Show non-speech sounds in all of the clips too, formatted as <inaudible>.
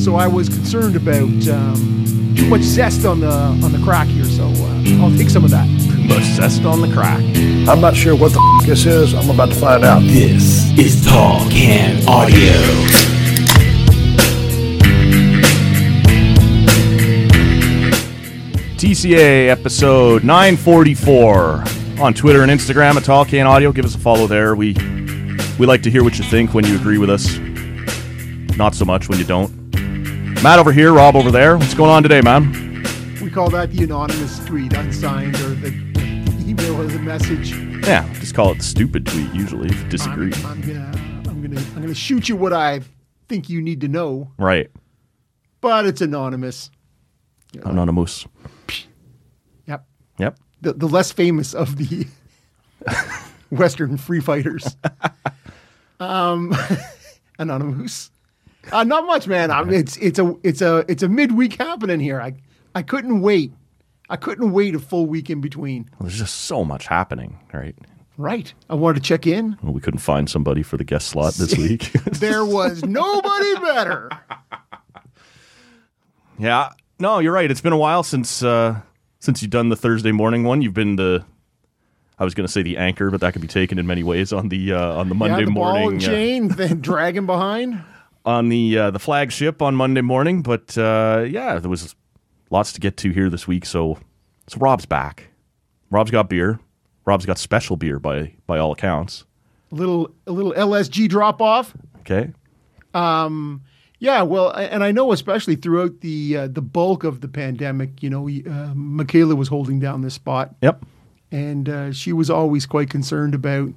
So I was concerned about um, too much zest on the on the crack here. So uh, I'll take some of that. Too much zest on the crack. I'm not sure what the f- this is. I'm about to find out. This is Tall Can Audio. TCA episode 944 on Twitter and Instagram at Tall Can Audio. Give us a follow there. We we like to hear what you think when you agree with us. Not so much when you don't. Matt over here, Rob over there. What's going on today, man? We call that the anonymous tweet, unsigned, or the, the email as a message. Yeah, just call it the stupid tweet usually if you disagree. I'm, I'm gonna, I'm gonna, I'm gonna shoot you what I think you need to know, Right. but it's anonymous. Anonymous. Yep. Yep. The the less famous of the <laughs> Western <laughs> free fighters. um, <laughs> anonymous. Uh, not much, man. I mean, it's it's a it's a it's a midweek happening here. I I couldn't wait. I couldn't wait a full week in between. Well, there's just so much happening, right? Right. I wanted to check in. Well, we couldn't find somebody for the guest slot <laughs> this week. There <laughs> was nobody better. yeah. No, you're right. It's been a while since uh since you've done the Thursday morning one. You've been the I was going to say the anchor, but that could be taken in many ways on the uh, on the Monday yeah, the ball morning and uh, <laughs> chain, then dragging behind. on the uh, the flagship on Monday morning, but uh, yeah, there was lots to get to here this week. So so Rob's back. Rob's got beer. Rob's got special beer by by all accounts. A little a little LSG drop off. Okay. Um, Yeah, well, a- and I know especially throughout the uh, the bulk of the pandemic, you know, y- uh, Michaela was holding down this spot, Yep. and uh, she was always quite concerned about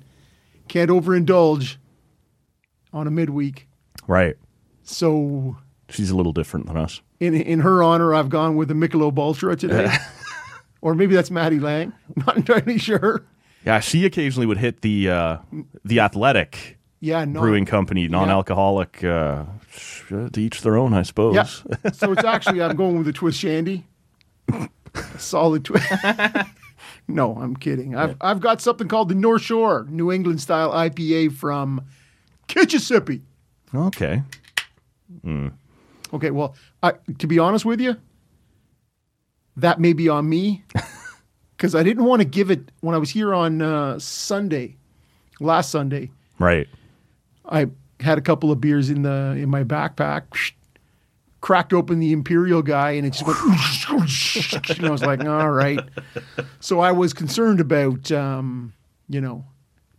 can't overindulge on a midweek. Right. So, She's a little different than us. in in her honor, I've gone with a Michelob Ultra today, or maybe that's Maddie Lang. <laughs> Not entirely sure. Yeah, she occasionally would hit the uh, the athletic Yeah, no. brewing company, non-alcoholic. Uh, sh- to each their own, I suppose. Yeah. <laughs> so it's actually I'm going with a twist shandy. A solid twist. <laughs> no, I'm kidding. I've I've got something called the North Shore New England style IPA from Kitchissippi. Okay. Okay, well, I, to be honest with you, that may be on me because I didn't want to give it when I was here on uh, Sunday, last Sunday. Right. I had a couple of beers in the in my backpack, cracked open the Imperial guy, and it just went. <laughs> and I was like, all right. So I was concerned about, um, you know,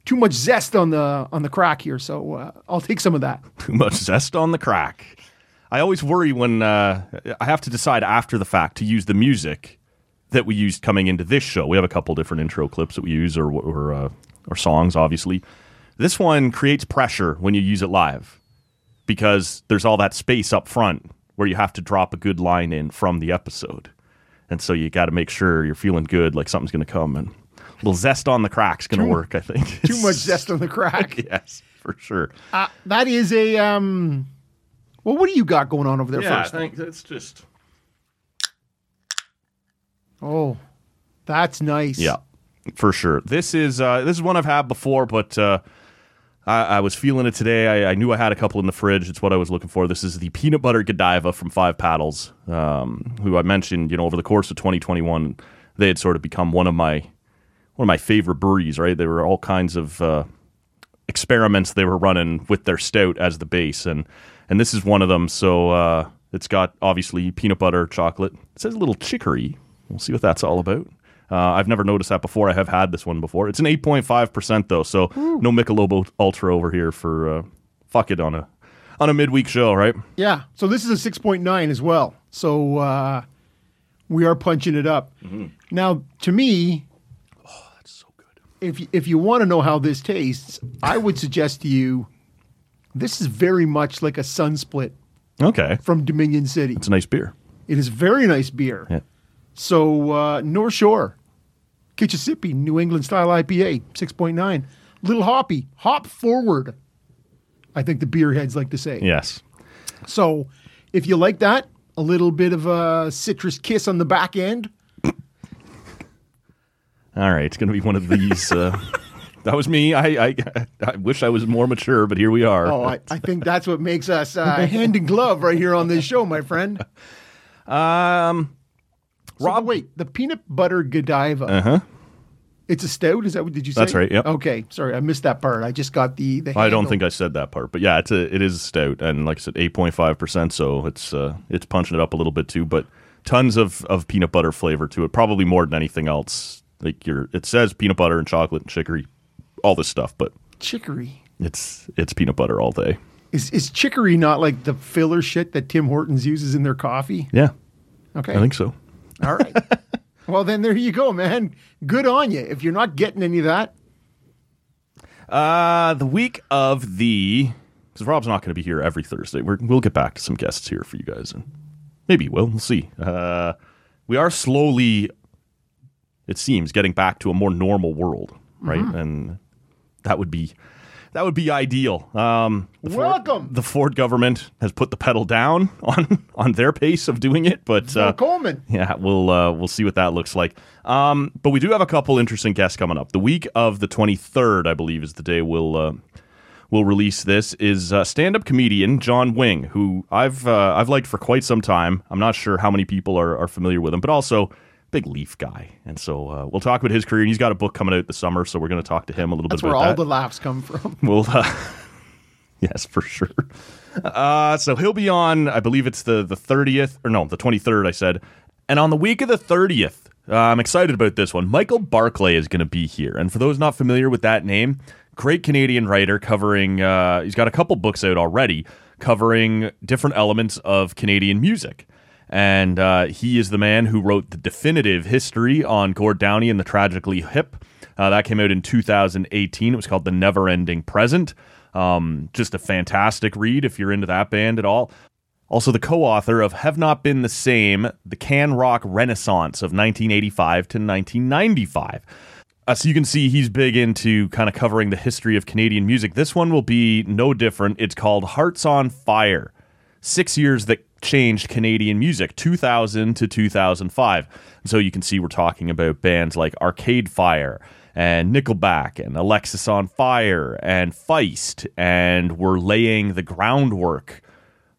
too much zest on the on the crack here. So uh, I'll take some of that. Too much zest on the crack. I always worry when uh, I have to decide after the fact to use the music that we used coming into this show. We have a couple different intro clips that we use, or or, uh, or songs, obviously. This one creates pressure when you use it live because there's all that space up front where you have to drop a good line in from the episode, and so you got to make sure you're feeling good, like something's going to come, and a little zest on the crack's going to work. I think Too much <laughs> zest on the crack. yes, for sure. Uh, that is a um. Well, what do you got going on over there first? thanks. It's just. Oh, that's nice. Yeah, for sure. This is uh, this is one I've had before, but uh, I, I was feeling it today. I, I knew I had a couple in the fridge. It's what I was looking for. This is the peanut butter Godiva from Five Paddles, um, who I mentioned. You know, over the course of 2021, they had sort of become one of my one of my favorite breweries. Right, they were all kinds of. Uh, experiments they were running with their stout as the base, and and this is one of them. So uh, it's got obviously peanut butter, chocolate. It says a little chicory. We'll see what that's all about. Uh, I've never noticed that before. I have had this one before. It's an 8.5% though, so no Michelob Ultra over here for uh, fuck it on a on a midweek show, right? Yeah. So this is a 6.9 as well. So uh, we are punching it up. Now, to me, if you, if you want to know how this tastes, I would suggest to you this is very much like a sun split Okay. from Dominion City. It's a nice beer. It is very nice beer. Yeah. So uh, North Shore, Kitchissippi, New England style IPA, six point nine, little hoppy, hop forward. I think the beer heads like to say. Yes. So if you like that, a little bit of a citrus kiss on the back end. All right, it's going to be one of these. Uh, <laughs> that was me. I, I I wish I was more mature, but here we are. Oh, I, <laughs> I think that's what makes <laughs> us uh, hand in glove right here on this show, my friend. um, Rob, wait, the peanut butter Godiva. Uh huh. It's a stout. Is that what did you say? Uh-huh. That's right, yep. Okay. Sorry, I missed that part. I just got the. the I don't handle. think I said that part, but yeah, it's a, it is stout, and like I said, eight point five percent. So it's uh, it's punching it up a little bit too, but tons of, of peanut butter flavor to it, probably more than anything else. Like your, it says peanut butter and chocolate and chicory, all this stuff, but chicory. it's it's peanut butter all day. Is is chicory not like the filler shit that Tim Hortons uses in their coffee? Yeah, Okay. I think so. All <laughs> right. well, then there you go, man. Good on you. If you're not getting any of that, Uh, the week of the because Rob's not going to be here every Thursday. We're, we'll get back to some guests here for you guys, and maybe we'll we'll see. Uh, we are slowly, it seems, getting back to a more normal world, right? And that would be that would be ideal. Um, the Ford- Welcome. the Ford government has put the pedal down <laughs> on on their pace of doing it, but Bill uh, Coleman. <laughs> yeah, we'll uh, we'll see what that looks like. Um, but we do have a couple interesting guests coming up. The week of the 23rd, I believe, is the day we'll uh, we'll release this. Is uh, stand up comedian John Wing, who I've uh, I've liked for quite some time. I'm not sure how many people are, are familiar with him, but also big Leaf guy. And so uh, we'll talk about his career. And he's got a book coming out this summer, so we're going to talk to him a little That's bit where about all that. the laughs come from. <laughs> Well, uh, <laughs> yes, for sure. Uh, so he'll be on, I believe it's the the thirtieth or no, the twenty third. I said, and on the week of the thirtieth, uh, I'm excited about this one. Michael Barclay is going to be here, and for those not familiar with that name, great Canadian writer covering. Uh, he's got a couple books out already covering different elements of Canadian music. And uh, he is the man who wrote the definitive history on Gord Downey and the Tragically Hip. Uh, that came out in 2018. It was called The Never Ending Present. Um, just a fantastic read if you're into that band at all. Also, the co author of Have Not Been the Same The Can Rock Renaissance of 1985 to 1995. Uh, so you can see he's big into kind of covering the history of Canadian music. This one will be no different. It's called Hearts on Fire Six Years That Changed Canadian Music, 2000 to 2005. And so you can see we're talking about bands like Arcade Fire and Nickelback and Alexis on Fire and Feist. And we're laying the groundwork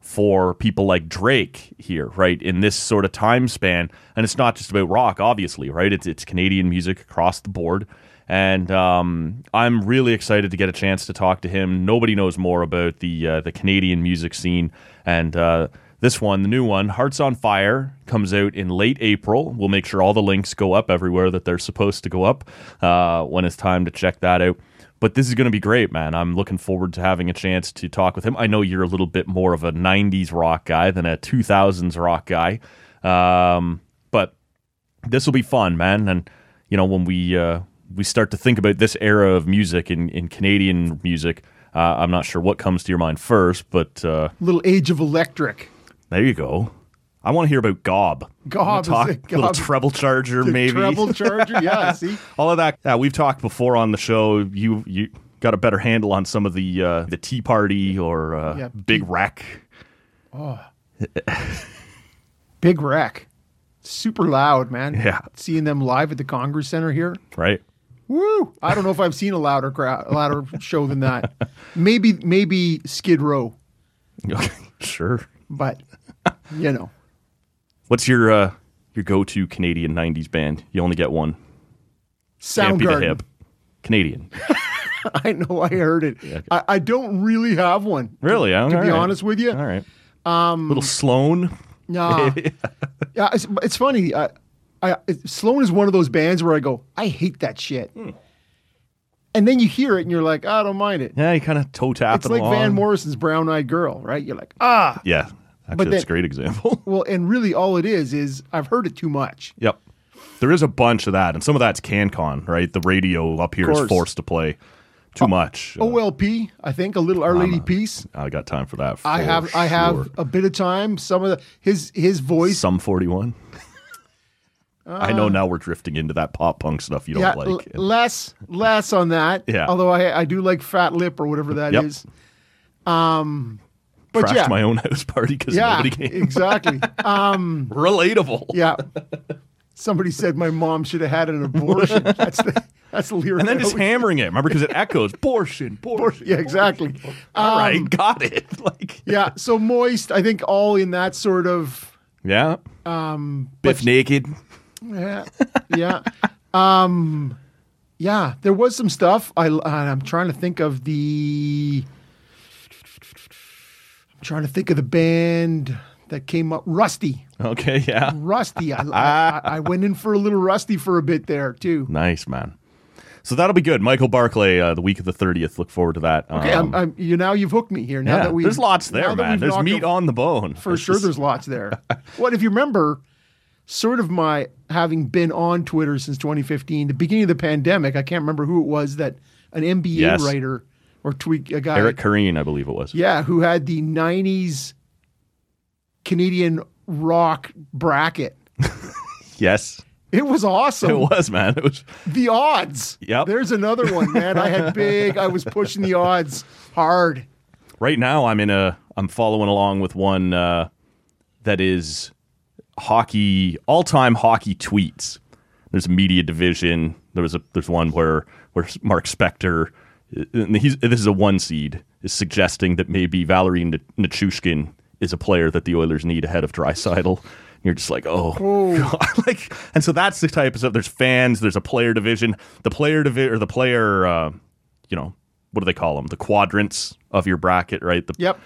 for people like Drake here, right? In this sort of time span, and it's not just about rock, obviously, right? It's it's Canadian music across the board, and um, I'm really excited to get a chance to talk to him. Nobody knows more about the uh, the Canadian music scene, and uh, this one, the new one, Hearts on Fire, comes out in late April. We'll make sure all the links go up everywhere that they're supposed to go up uh, when it's time to check that out but this is going to be great, man. I'm looking forward to having a chance to talk with him. I know you're a little bit more of a 90s rock guy than a 2000s rock guy. Um, but this will be fun, man. And, you know, when we, uh, we start to think about this era of music in, in Canadian music, uh, I'm not sure what comes to your mind first, but uh, Little Age of Electric. there you go. I want to hear about Gob. Gob Wanna is talk, it? <laughs> little Gob- treble charger, The maybe <laughs> Treble charger. Yeah. See. all of that. Yeah, we've talked before on the show. You you got a better handle on some of the uh, the Tea Party or uh, Yeah. Big Wreck. Big wreck. Super loud, man. Yeah. Seeing them live at the Congress Center here. Right. <laughs> Woo! I don't know if I've seen a louder crowd, a louder show than that. Maybe, maybe Skid Row, sure. but you know, What's your uh, your go to Canadian '90s band? You only get one. Can't be the Soundgarden. hip. Canadian. <laughs> I know I heard it. I, I don't really have one. Really? To, Oh, to all be right. honest with you. All right. Um, Little Sloan. <laughs> Nah. yeah, it's, it's funny. I, I, it, Sloan is one of those bands where I go, I hate that shit. Hmm. And then you hear it and you're like, I don't mind it. Yeah, you kind of toe tap It's like along. Van Morrison's Brown Eyed Girl, right? You're like, ah. Yeah. Actually, But that's then- a great example. Well, and really all it is is I've heard it too much. yep. There is a bunch of that, and some of that's CanCon, right? The radio up here is course. oh, forced to play too much. Uh, OLP, I think, a little Our Lady Peace. I got time for that. I for have I have sure. a bit of time. Some of the his his voice Uh, some 41. I know now we're drifting into that pop punk stuff you don't yeah, like. l- less less on that. Yeah. Although I I do like Fat Lip or whatever that is. Yep. Um but Crashed yeah. my own <laughs> house party because yeah, nobody came. <laughs> exactly. Relatable. Yeah. Somebody said my mom should have had an <laughs> abortion. That's the that's the lyric. And then I just <laughs> always- hammering it. Remember, because it echoes. Portion, <laughs> portion. yeah, exactly. Um, All right, got it. <laughs> Like, Yeah, so moist. I think all in that sort of yeah. Um, Biff naked. <laughs> yeah, yeah. Um, yeah. There was some stuff. I and I'm trying to think of the. I'm trying to think of the band that came up. Rusty, Okay, yeah. Rusty. I, I I went in for a little Rusty for a bit there too. Nice man. So that'll be good. Michael Barclay, uh, the week of the thirtieth. Look forward to that. Um, Okay, I'm, I'm, you now you've hooked me here. Now yeah, that we there's lots now there, that man. we've There's knocked meat a- on the bone <laughs> For sure, there's lots there. What if you remember? Sort of my having been on Twitter since 2015, the beginning of the pandemic. I can't remember who it was that an MBA Yes. writer or tweet a guy, Eric Kareen, I believe it was. yeah, who had the 90s Canadian rock bracket. Yes, <laughs> It was awesome. it was, man. It was. The odds. Yep. There's another one, man. I had big. I was pushing the odds hard. Right now, I'm in a. I'm following along with one uh, that is hockey all-time hockey tweets. There's a media division. There was a. There's one where where Mark Spector, uh, and he's this is a one seed, is suggesting that maybe Valerie N- Nichushkin is a player that the Oilers need ahead of Drysidle. You're just like, oh, <laughs> God. like, and so that's the type of stuff. There's fans. There's a player division. The player division or the player, uh, you know, what do they call them? The quadrants of your bracket, right? The, Yep.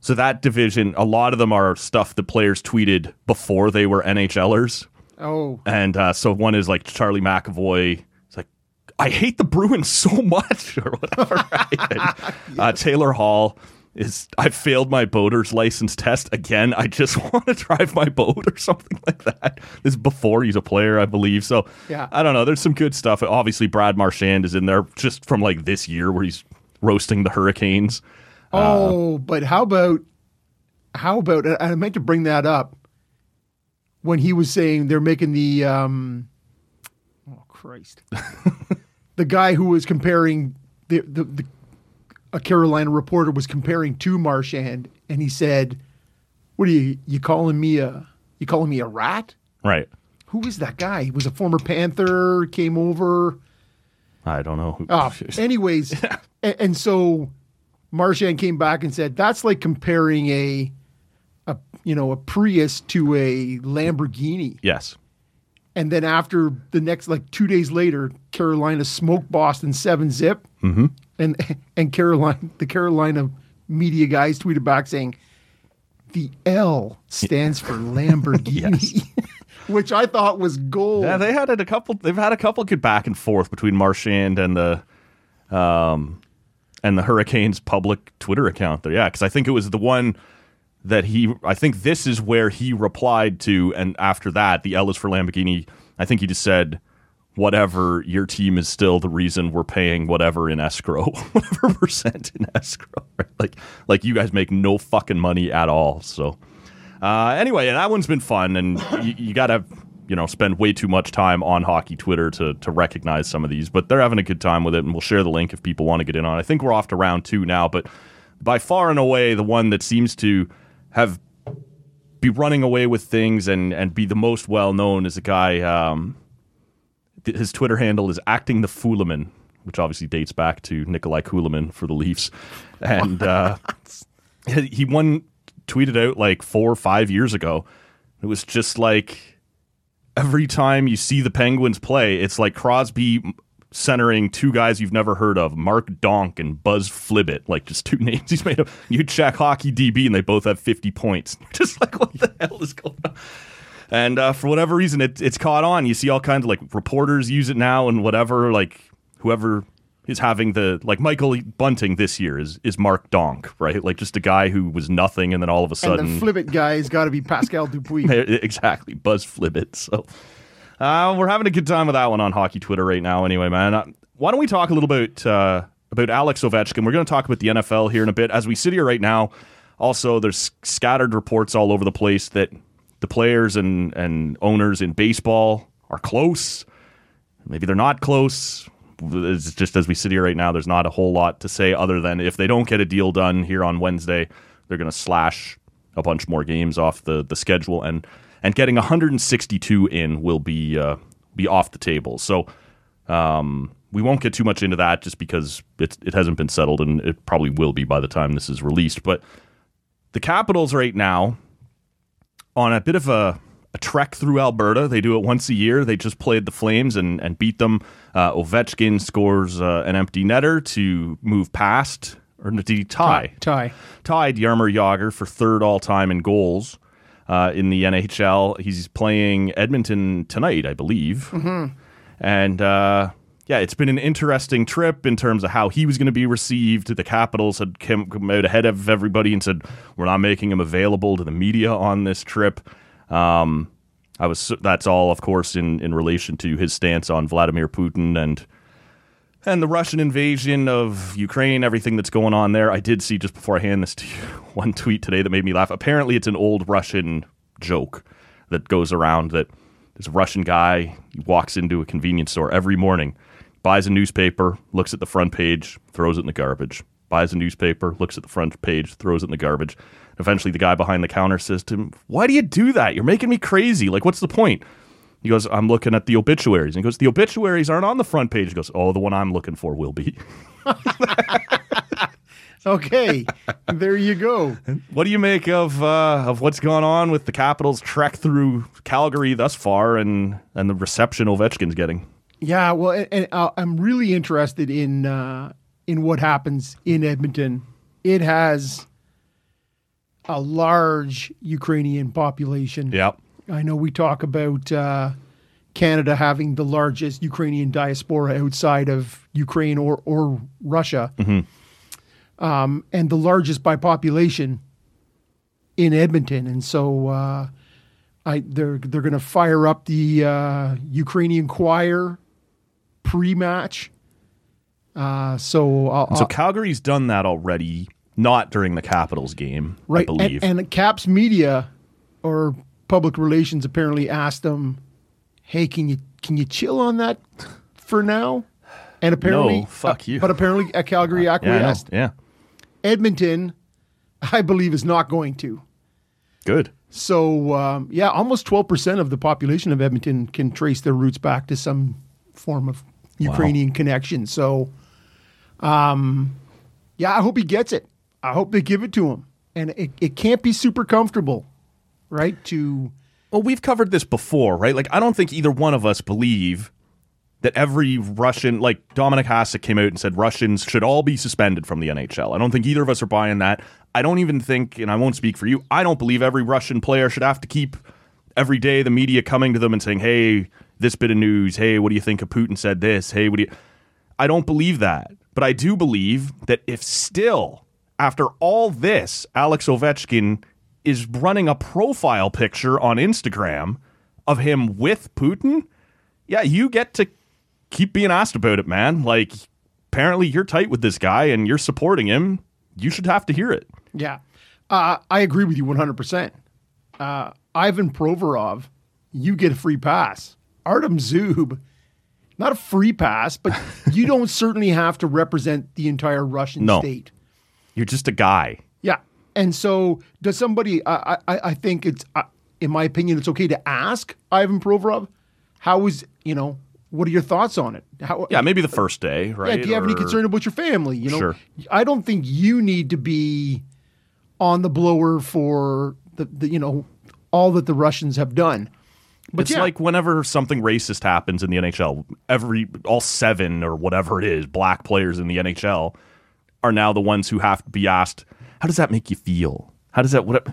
so that division, a lot of them are stuff that players tweeted before they were NHLers. Oh, And uh, so one is like Charlie McAvoy. It's like, I hate the Bruins so <laughs> much, or whatever. right? And, <laughs> uh, Taylor Hall is, I failed my boater's license test again. I just <laughs> want to drive my boat or something like that. This is before he's a player, I believe. So Yeah. I don't know. There's some good stuff. Obviously, Brad Marchand is in there just from like this year where he's roasting the Hurricanes. Oh, but how about how about and I meant to bring that up when he was saying they're making the um oh Christ. the guy who was comparing the, the the a Carolina reporter was comparing to Marchand and he said, "What are you you calling me a you calling me a rat?" Right. Who is that guy? He was a former Panther, came over. I don't know. Who, <laughs> Oh, anyways, a- and, so Marchand came back and said that's like comparing a, a you know a Prius to a Lamborghini, yes. and then after the next like two days later, Carolina smoked Boston seven zip, mm-hmm. and and Carolina the Carolina media guys tweeted back saying the L stands for Lamborghini, <laughs> which I thought was gold. Yeah, they had it a couple. They've had a couple good back and forth between Marchand and the, um, and the Hurricanes public Twitter account. There, yeah, because I think it was the one that he. I think this is where he replied to, and after that, the L is for Lamborghini. I think he just said, "Whatever, your team is still the reason we're paying whatever in escrow, <laughs> whatever percent in escrow. <laughs> Right? Like, like you guys make no fucking money at all, so." Uh, anyway, and that one's been fun, and you, you gotta, you know, spend way too much time on hockey Twitter to to recognize some of these. But they're having a good time with it, and we'll share the link if people want to get in on. it. I think we're off to round two now, but by far and away, the one that seems to have be running away with things and and be the most well known is a guy. Um, th- his Twitter handle is acting the Fooliman, which obviously dates back to Nikolai Kuliman for the Leafs, and. Uh, <laughs> he one tweeted out like four or five years ago. It was just like every time you see the Penguins play, it's like Crosby, centering two guys you've never heard of, Mark Donk and Buzz Flibbit, like just two <laughs> names he's made up. You check hockey DB and they both have 50 points. <laughs> just like, what the hell is going on? And uh, for whatever reason, it, it's caught on. You see all kinds of like reporters use it now and whatever. Like whoever is having the like Michael Bunting this year is is Mark Donk, right? Like just a guy who was nothing and then all of a And the sudden flippant guy's got to be Pascal Dupuis. yeah, <laughs> exactly. Buzz Flibbit. So uh, we're having a good time with that one on hockey Twitter right now. Anyway, man, uh, why don't we talk a little bit uh, about Alex Ovechkin? We're going to talk about the NFL here in a bit. As we sit here right now, also there's scattered reports all over the place that the players and and owners in baseball are close. Maybe they're not close. It's just as we sit here right now, there's not a whole lot to say other than if they don't get a deal done here on Wednesday, they're going to slash a bunch more games off the, the schedule and and getting 162 in will be uh, be off the table. So um, we won't get too much into that just because it it hasn't been settled and it probably will be by the time this is released. But the Capitals right now on a bit of a, a trek through Alberta. They do it once a year. They just played the Flames and, and beat them. Uh, Ovechkin scores uh, an empty netter to move past, or did he tie? Ty. Tied Yarmer Yager for third all time in goals uh, in the NHL. He's playing Edmonton tonight, I believe. And uh, yeah, it's been an interesting trip in terms of how he was going to be received. The Capitals had come, come out ahead of everybody and said, "We're not making him available to the media on this trip." Um, I was that's all, of course, in in relation to his stance on Vladimir Putin and. And the Russian invasion of Ukraine, everything that's going on there. I did see just before I hand this to you <laughs> one tweet today that made me laugh. Apparently, it's an old Russian joke that goes around that there's a Russian guy he walks into a convenience store every morning, buys a newspaper, looks at the front page, throws it in the garbage. Buys a newspaper, looks at the front page, throws it in the garbage. Eventually, the guy behind the counter says to him, Why do you do that? You're making me crazy. Like, what's the point? He goes, I'm looking at the obituaries. And he goes, The obituaries aren't on the front page. He goes, Oh, the one I'm looking for will be. <laughs> Okay, there you go. What do you make of uh, of what's gone on with the Capitals' trek through Calgary thus far, and and the reception Ovechkin's getting? Yeah, well, and, and uh, I'm really interested in uh, in what happens in Edmonton. It has a large Ukrainian population. I know we talk about uh, Canada having the largest Ukrainian diaspora outside of Ukraine or or Russia, um, and the largest by population in Edmonton. And so, uh, I they're they're going to fire up the uh, Ukrainian choir pre-match. Uh, so, I'll, So Calgary's done that already, not during the Capitals game, I right? believe. And, and Caps media or public relations apparently asked them, "Hey, can you can you chill on that for now?" And apparently, No, fuck you. But apparently, uh, <laughs> Calgary yeah, I know. acquiesced. yeah, Edmonton, I believe, is not going to. good. So um, yeah, almost twelve percent of the population of Edmonton can trace their roots back to some form of Ukrainian connection. So, um, yeah, I hope he gets it. I hope they give it to him, and it, it can't be super comfortable, right? To Well, we've covered this before, right? Like, I don't think either one of us believe that every Russian, like Dominic Hasek came out and said Russians should all be suspended from the NHL. I don't think either of us are buying that. I don't even think, and I won't speak for you, I don't believe every Russian player should have to keep every day the media coming to them and saying, hey, this bit of news, hey, what do you think of Putin said this? Hey, what do you. I don't believe that. But I do believe that if still, after all this, Alex Ovechkin is running a profile picture on Instagram of him with Putin, yeah, you get to keep being asked about it, man. Like, apparently you're tight with this guy and you're supporting him. You should have to hear it. yeah, uh, I agree with you one hundred percent. Uh, Ivan Provorov, you get a free pass. Artem Zub. Not a free pass, but you don't <laughs> certainly have to represent the entire Russian No. state. You're just a guy. Yeah. And so does somebody, I, I, I think it's, uh, in my opinion, it's okay to ask Ivan Provorov, how is, you know, what are your thoughts on it? How, Yeah, maybe the first day, right? yeah, do you have any Or- concern about your family? You know, Sure. I don't think you need to be on the blower for the, the you know all that the Russians have done. But it's yeah. like whenever something racist happens in the NHL, every all seven or whatever it is, black players in the NHL are now the ones who have to be asked, "How does that make you feel? How does that what?"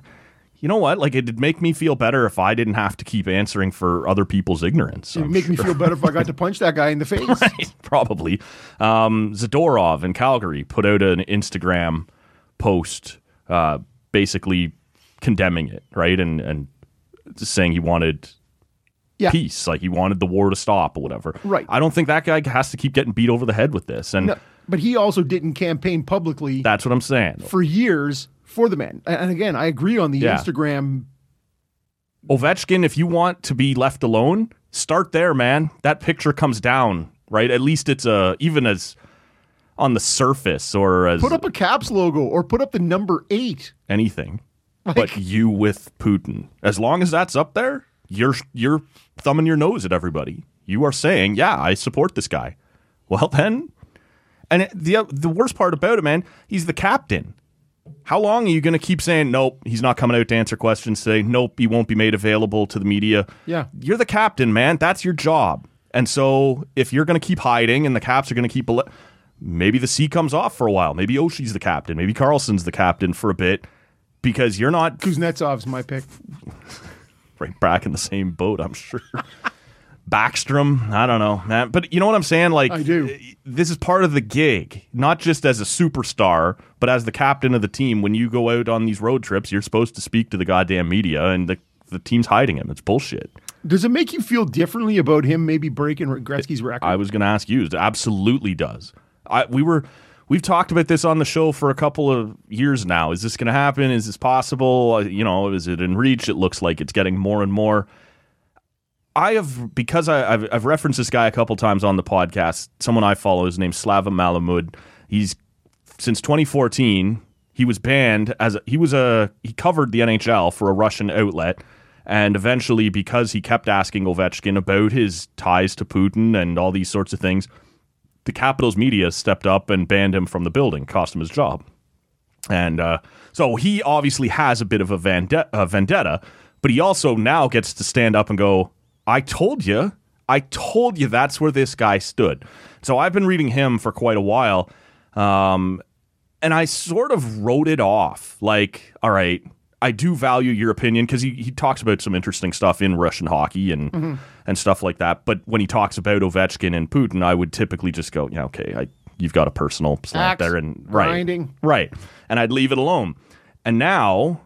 You know what? Like it'd make me feel better if I didn't have to keep answering for other people's ignorance. It'd I'm make me feel better if I got to punch that guy <laughs> in the face. probably. Um, Zadorov in Calgary put out an Instagram post uh, basically condemning it, right? And and saying he wanted Yeah. peace, like he wanted the war to stop or whatever. Right. I don't think that guy has to keep getting beat over the head with this. And No, but he also didn't campaign publicly that's what I'm saying. for years for the man. And and again, I agree on the Yeah. Instagram. Ovechkin, if you want to be left alone, start there, man. That picture comes down, right? At least it's a even as on the surface or as Put up a Caps logo or put up the number eight. anything, but you with Putin. As long as that's up there, you're you're thumbing your nose at everybody. You are saying, "Yeah, I support this guy." Well, then, and it, the the worst part about it, man, he's the captain. How long are you going to keep saying, "Nope, he's not coming out to answer questions today. Nope, he won't be made available to the media." Yeah. you're the captain, man. That's your job. And so, if you're going to keep hiding, and the Caps are going to keep. Ele- Maybe the C comes off for a while. Maybe Oshie's the captain. Maybe Carlson's the captain for a bit because you're not Kuznetsov's my pick. right back in the same boat, I'm sure. Backstrom, I don't know, man. But you know what I'm saying? Like, I do. eh, This is part of the gig, not just as a superstar, but as the captain of the team. When you go out on these road trips, you're supposed to speak to the goddamn media, and the the team's hiding him. It's bullshit. Does it make you feel differently about him maybe breaking Gretzky's record? I was going to ask you. It absolutely does. I we were we've talked about this on the show for a couple of years now. Is this going to happen? Is this possible? Uh, You know, is it in reach? It looks like it's getting more and more. I have because I, I've, I've referenced this guy a couple times on the podcast. Someone I follow, his name's Slava Malamud. He's since 2014 he was banned as a, he was a he covered the NHL for a Russian outlet and eventually because he kept asking Ovechkin about his ties to Putin and all these sorts of things the Capitals media stepped up and banned him from the building cost him his job and uh, so he obviously has a bit of a, vande- a vendetta, but he also now gets to stand up and go, I told you. I told you that's where this guy stood. So I've been reading him for quite a while. Um, and I sort of wrote it off. Like, all right, I do value your opinion because he, he talks about some interesting stuff in Russian hockey and and stuff like that. But when he talks about Ovechkin and Putin, I would typically just go, yeah, okay, I, you've got a personal slant Axe, there, and right, grinding. right, and I'd leave it alone. And now,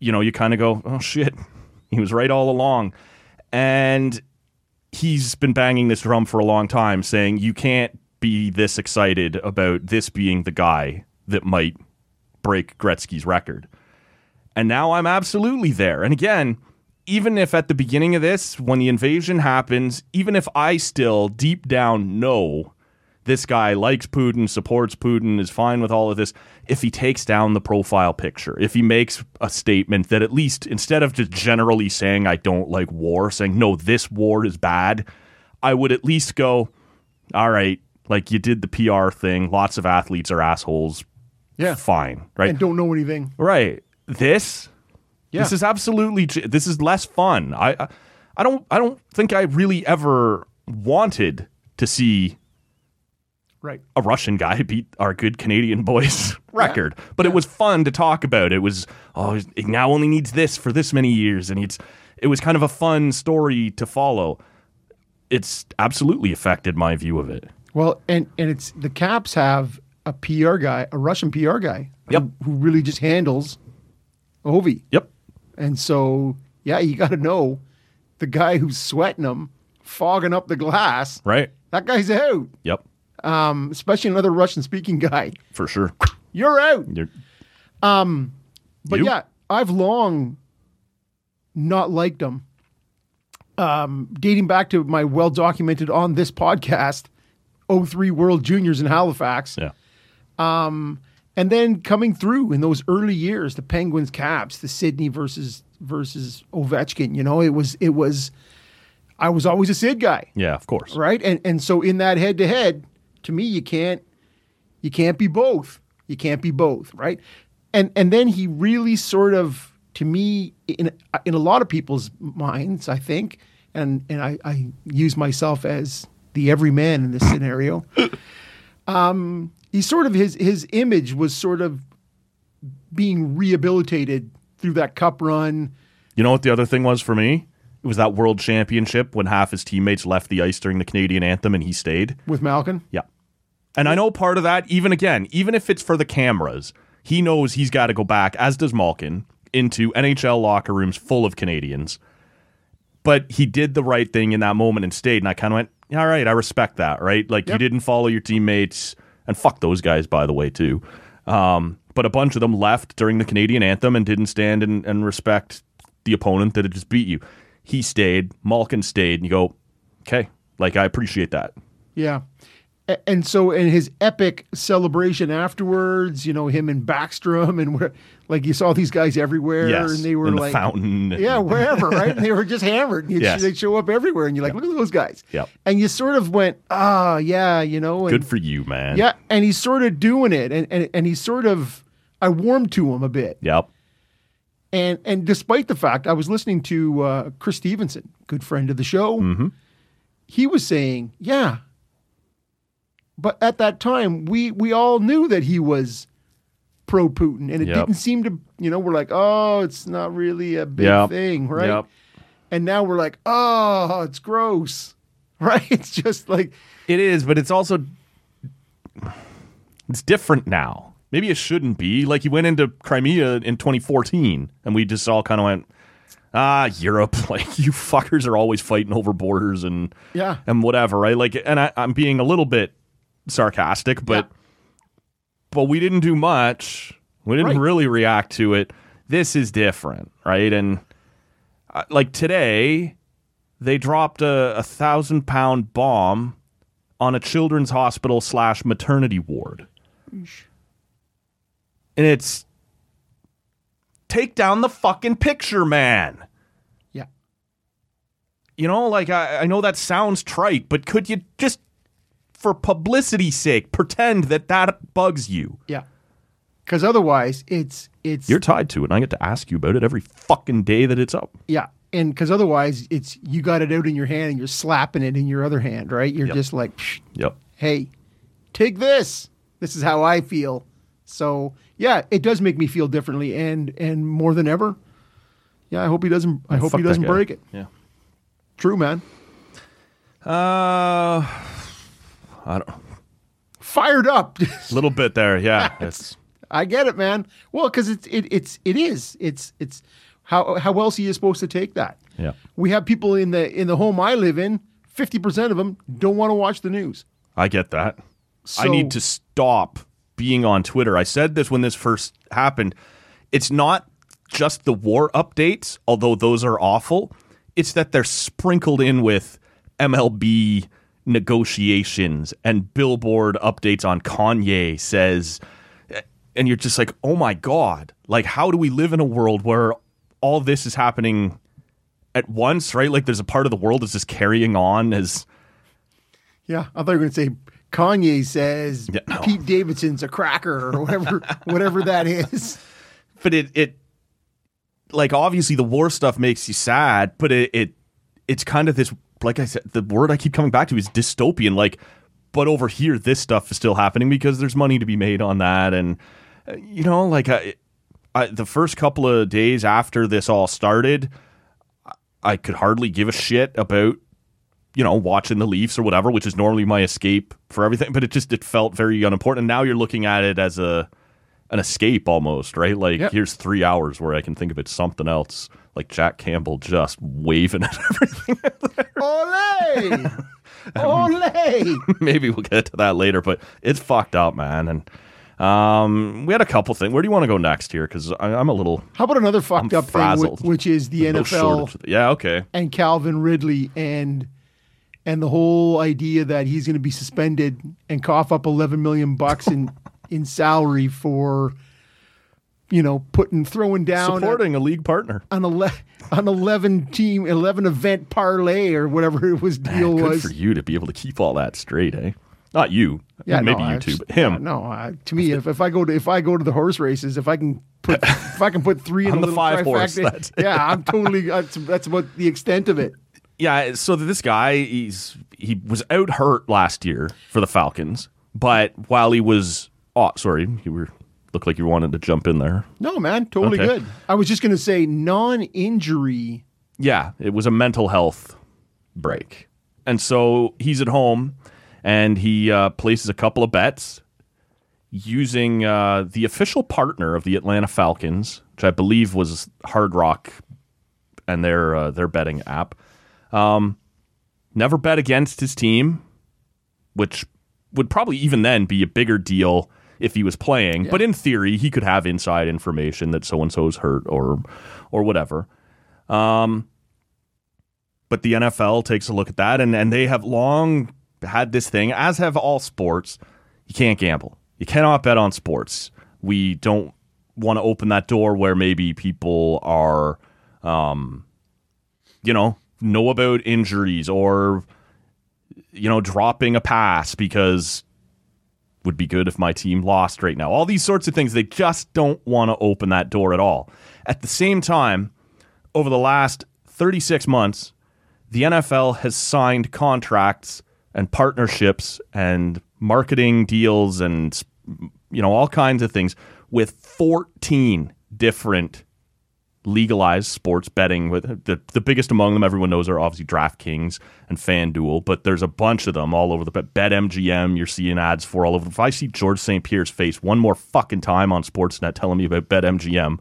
you know, you kind of go, oh shit, <laughs> he was right all along, and he's been banging this drum for a long time, saying you can't be this excited about this being the guy that might break Gretzky's record. And now I'm absolutely there. And again, even if at the beginning of this, when the invasion happens, even if I still deep down know this guy likes Putin, supports Putin, is fine with all of this, if he takes down the profile picture, if he makes a statement that at least instead of just generally saying, I don't like war, saying, no, this war is bad, I would at least go, all right, like you did the PR thing. Lots of athletes are assholes. Yeah. Fine. Right. and don't know anything. Right. This. Yeah. This is absolutely. j- This is less fun. I, I, I don't. I don't think I really ever wanted to see Right. a Russian guy <laughs> beat our good Canadian boys record, but it was fun to talk about. It was oh, he now only needs this for this many years, and it's it was kind of a fun story to follow. It's absolutely affected my view of it. Well, and and it's the Caps have a PR guy, a Russian PR guy, Yep. who, who really just handles Ovi. Yep. And so, yeah, you got to know the guy who's sweating them, fogging up the glass. Right. That guy's out, Yep. um, especially another Russian-speaking guy. For sure. You're out. You're- But You? yeah, I've long not liked him. Um, dating back to my well documented on this podcast, 03 World Juniors in Halifax. Um, yeah. And then coming through in those early years, the Penguins caps, the Sydney versus versus Ovechkin, you know, it was it was I was always a Sid guy, Yeah. Of course. right? And and so in that head to head, to me you can't you can't be both. You can't be both, right? And and then he really sort of to me, in in a lot of people's minds, I think, and and I, I use myself as the everyman in this scenario. <coughs> um, he sort of his his image was sort of being rehabilitated through that cup run. You know what the other thing was for me? It was that world championship when half his teammates left the ice during the Canadian anthem and he stayed. with Malkin. Yeah. And I know part of that, even again, even if it's for the cameras, he knows he's got to go back, as does Malkin, into NHL locker rooms full of Canadians. But he did the right thing in that moment and stayed. And I kind of went, all right, I respect that, right? Like you Yep. didn't follow your teammates. And fuck those guys, by the way, too. Um, but a bunch of them left during the Canadian anthem and didn't stand and, and respect the opponent that had just beat you. He stayed. Malkin stayed. And you go, okay, like I appreciate that. Yeah. A- And so in his epic celebration afterwards, you know, him and Backstrom and where, like you saw these guys everywhere Yes, and they were in the like fountain. Yeah, wherever, right? And they were just hammered. And you'd- Yes. They'd show up everywhere and you're like, look at those guys. Yep. And you sort of went, ah, yeah, you know. And, Good for you, man. Yeah. And he's sort of doing it. And, and, and he's sort of, I warmed to him a bit. Yep. And and despite the fact, I was listening to uh, Chris Stevenson, good friend of the show. Mm-hmm. He was saying, "Yeah," but at that time, we we all knew that he was pro Putin, and it Yep. didn't seem to. You know, we're like, "Oh, it's not really a big Yep. thing, right?" Yep. And now we're like, "Oh, it's gross." <laughs> Right? It's just like It is, but it's also it's different now. Maybe it shouldn't be. Like you went into Crimea in 2014, and we just all kind of went, ah, Europe. <laughs> Like you fuckers are always fighting over borders and Yeah. and whatever, right? Like, and I, I'm being a little bit sarcastic, but but we didn't do much. We didn't Right. really react to it. This is different, right? And uh, like today, they dropped a, a thousand pound bomb on a children's hospital slash maternity ward. And it's take down the fucking picture, man. yeah. You know, like I, I know that sounds trite, but could you just, for publicity's sake, pretend that that bugs you? Yeah. Cuz otherwise, it's it's You're tied to it, and I get to ask you about it every fucking day that it's up. Yeah. And because otherwise, it's you got it out in your hand and you're slapping it in your other hand, right? You're just like, "Psh, Yep. hey, take this. This is how I feel. So yeah, it does make me feel differently, and and more than ever. Yeah, I hope he doesn't. I hope Fuck he that doesn't guy. break it. Yeah. True, man. Uh, I don't. Fired up. <laughs> Little bit there, yeah. it's I get it, man. Well, because it's it, it's it is it's it's how how else are you supposed to take that? Yeah. We have people in the in the home I live in. Fifty percent of them don't want to watch the news. I get that. I So- need to stop being on Twitter. I said this when this first happened. It's not just the war updates, although those are awful. It's that they're sprinkled in with MLB negotiations and billboard updates on Kanye says and you're just like, "Oh my god. Like how do we live in a world where all this is happening at once, right? Like there's a part of the world that's just carrying on as Yeah, I thought you were going to say Kanye says Yeah, no. Pete Davidson's a cracker <laughs> or whatever whatever that is. but it it like obviously the war stuff makes you sad, but it, it it's kind of this like I said the word I keep coming back to is dystopian like but over here this stuff is still happening because there's money to be made on that and uh, you know like I, I the first couple of days after this all started I- I could hardly give a shit about you know watching the Leafs or whatever which is normally my escape for everything but it just it felt very unimportant and now you're looking at it as a an escape almost, right? Like Yep. here's three hours where I can think of it something else. Like Jack Campbell just waving at <laughs> everything. Ole! <laughs> Ole! Maybe we'll get to that later, but it's fucked up, man. And um, we had a couple things. Where do you want to go next here? Because I'm a little How about another fucked I'm up thing, whi- frazzled. which is the there's no NFL shortage of- yeah, okay. and Calvin Ridley and and the whole idea that he's going to be suspended and cough up 11 million <laughs> bucks in in salary for you know putting throwing down a- Supporting a league partner. an ele- an 11 team 11 event parlay or whatever it was deal Good was for you to be able to keep all that straight, eh? Not you. Maybe no, you I too, just- but him. No, I, to me, if, if I go to if I go to the horse races, if I can <laughs> put if I can put three in I'm a the little five horse, trifecta, that's- yeah, <laughs> I'm totally. That's, that's about the extent of it. Yeah, so this guy, he's he was out hurt last year for the Falcons, but while he was, oh, sorry, you were looked like you wanted to jump in there. No, man, totally Okay. good. I was just gonna say non-injury. Yeah, it was a mental health break, and so he's at home, and he uh, places a couple of bets using uh, the official partner of the Atlanta Falcons, which I believe was Hard Rock, and their uh, their betting app. Um, never bet against his team, which would probably even then be a bigger deal if he was playing. But in theory, he could have inside information that so and so's hurt or or whatever. But the NFL takes a look at that, and, and they have long had this thing, as have all sports. You can't gamble. You cannot bet on sports. We don't want to open that door where maybe people are, um, you know, know about injuries or, you know, dropping a pass because would be good if my team lost right now. All these sorts of things. They just don't want to open that door at all. At the same time, over the last 36 months, the NFL has signed contracts and partnerships and marketing deals and you know all kinds of things with 14 different legalized sports betting with the, the biggest among them everyone knows are obviously DraftKings and FanDuel but there's a bunch of them all over the BetMGM you're seeing ads for all over if I see George St. Pierre's face one more fucking time on Sportsnet telling me about BetMGM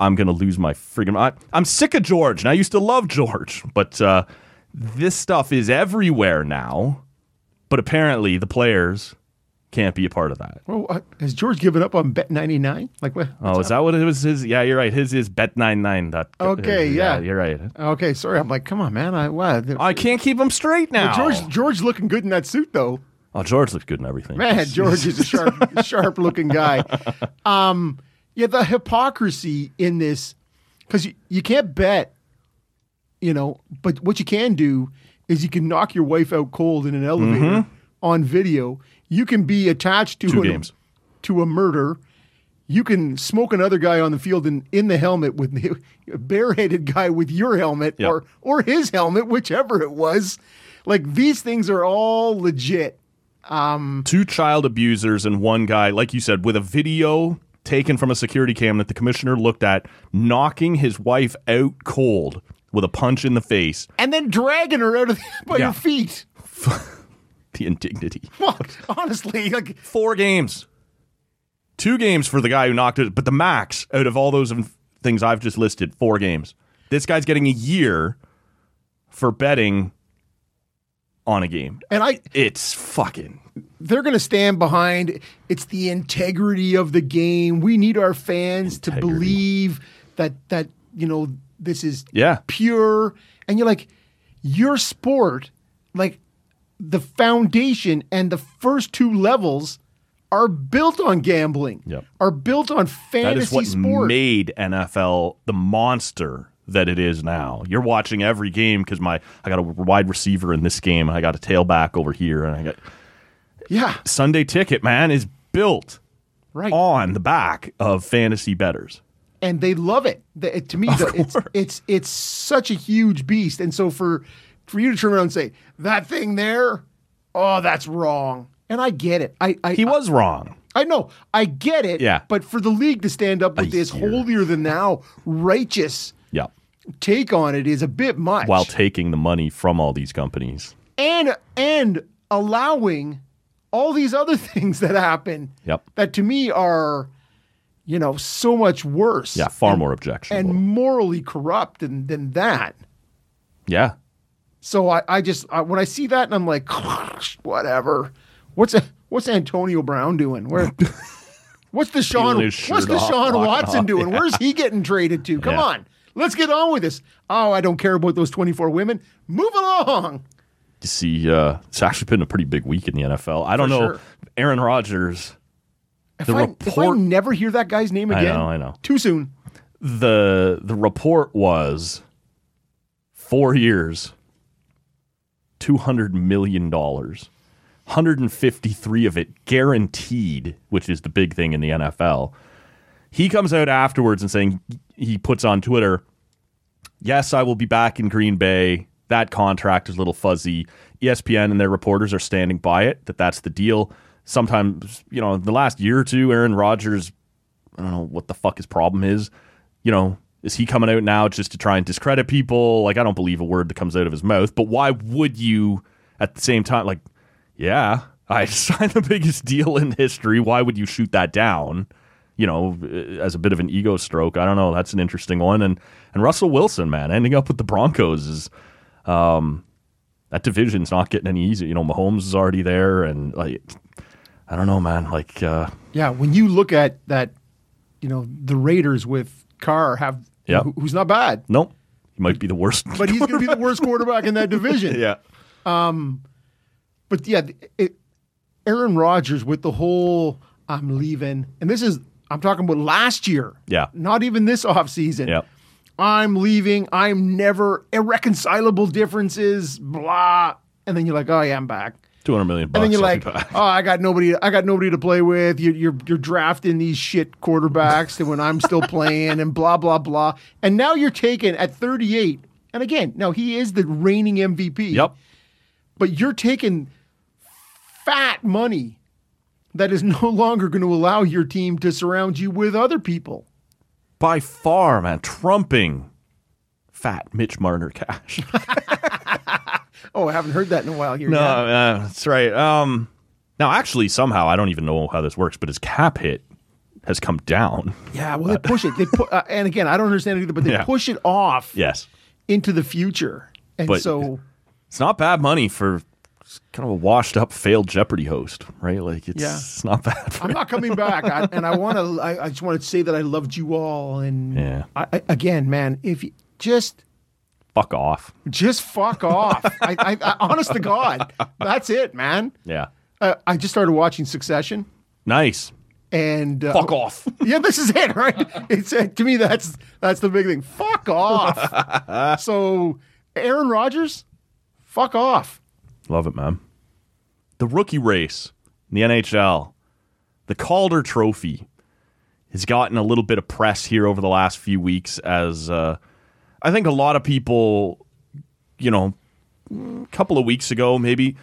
I'm gonna lose my freaking. I, I'm sick of George, and I used to love George, but uh, this stuff is everywhere now. But apparently, the players can't be a part of that. Well, uh, has George given up on bet ninety nine? Like what? Oh, is that what it was? His yeah, you're right. His is bet 99 dot. Okay, yeah. you're right. Okay, sorry. I'm like, come on, man. I wow. I can't keep him straight now. George George looking good in that suit though. oh, George looks good in everything. Man, <laughs> George is a sharp, sharp looking guy. Um, yeah, the hypocrisy in this, because you, you can't bet, you know, but what you can do is you can knock your wife out cold in an elevator on video. You can be attached to Mm-hmm. Two an- games. to a murder. You can smoke another guy on the field in, in the helmet with the a bareheaded guy with your helmet Yep. or or his helmet, whichever it was. Like these things are all legit. two child abusers and one guy, like you said, with a video taken from a security cam that the commissioner looked at, knocking his wife out cold with a punch in the face. and then dragging her out of the, <laughs> by Yeah. her feet. The indignity. Fuck, honestly, like four games. Two games for the guy who knocked it, but the max out of all those inf- things I've just listed, four games. This guy's getting a year for betting on a game. and I It's fucking they're going to stand behind it's the integrity of the game. We need our fans to Integrity. believe that that, you know, this is yeah. pure and you're like your sport like the foundation and the first two levels are built on gambling. Yep. Are built on That fantasy is what sports. made NFL the monster that it is now. You're watching every game because my I got a wide receiver in this game, I got a tailback over here, and I got yeah, Sunday Ticket. Man is built right. on the back of fantasy betters. and they love it. The, it- to me, the, it's it's it's such a huge beast. And so for for you to turn around and say that thing there, oh, that's wrong. And I get it. I I, He was wrong. I, know. I get it. Yeah. But for the league to stand up with this year. holier than thou righteous Yeah. take on it is a bit much. while taking the money from all these companies. and and allowing all these other <laughs> things that happen Yep. that to me are you know so much worse Yeah, far and- more objectionable. and morally corrupt than, than that yeah. So I, I just I, when I see that and I'm like, <laughs> whatever. What's what's Antonio Brown <laughs> doing? Where? What's the Sean? Peeling his What's shirt the off, Sean walking Watson off, <laughs> doing? Where's he getting traded to? Come Yeah. on, let's get on with this. Oh, I don't care about those 24 women. Move along. You see, uh, it's actually been a pretty big week in the NFL. I don't know. sure. Aaron Rodgers, If, The I, if I report- never hear that guy's name I again, know, I know. Too soon. the the report was four years, two hundred million dollars. 153 of it guaranteed, which is the big thing in the NFL. He comes out afterwards and saying he puts on Twitter, "Yes, I will be back in Green Bay. That contract is a little fuzzy. E ESPN and their reporters are standing by it. That that's the deal. Sometimes, you know, in the last year or two, Aaron Rodgers, I don't know what the fuck his problem is. You know, is he coming out now just to try and discredit people? Like, I don't believe a word that comes out of his mouth. But why would you at the same time? Like, yeah, <laughs> I signed the biggest deal in history. Why would you shoot that down? You know, eh, as a bit of an ego stroke. I don't know. That's an interesting one. And and Russell Wilson, man, ending up with the Broncos is, um, that division's not getting any easier. You know, Mahomes is already there, and like, I don't know, man. Like, uh, Yeah, when you look at that, you know the Raiders with Carr have Yeah. who- who's <laughs> not bad, no, he might be the worst. but he's going to be the worst quarterback in that <laughs> division. yeah, But yeah, it, Aaron Rodgers with the whole "I'm leaving," and this is I'm talking about last year. Yeah. not even this offseason. yeah. I'm leaving. I'm never irreconcilable differences. Blah, and then you're like, oh yeah, I'm back. Two hundred million bucks. And then you're I'll like, be <laughs> back. oh, I got nobody. I got nobody to play with. You're you're, you're drafting these shit quarterbacks to when I'm still playing and blah blah blah. And now you're taken at 38. And again, now he is the reigning MVP. yep. But you're taking fat money that is <laughs> no longer going to allow your team to surround you with other people. by far, man, trumping fat Mitch Marner <laughs> cash. Oh, I haven't heard that in a while here. no, yeah. uh, that's right. Um, now, actually, somehow I don't even know how this works, but his cap hit has come down. Yeah, well, they push it. They pu- uh, and again, I don't understand it either, but they Yeah. push it off Yes, into the future. And But- <laughs> so, it's not bad money for kind of a washed-up, failed Jeopardy host, right? Like it's, Yeah. it's not bad. For I'm not coming back, I, and I want to. I, I just want to say that I loved you all, and Yeah. I, I, again, man, if you just <laughs> Fuck off. just fuck off. I, I, I, honest to God, that's it, man. Yeah, Uh, I just started watching Succession, nice. and uh, Fuck off. Yeah, this is it, right? It's uh, to me that's that's the big thing. Fuck <laughs> off. so, Aaron Rodgers, fuck off. Love it, man. The rookie race in the NHL, the Calder Trophy, has gotten a little bit of press here over the last few weeks as uh, I think a lot of people, you know, a couple of weeks ago maybe,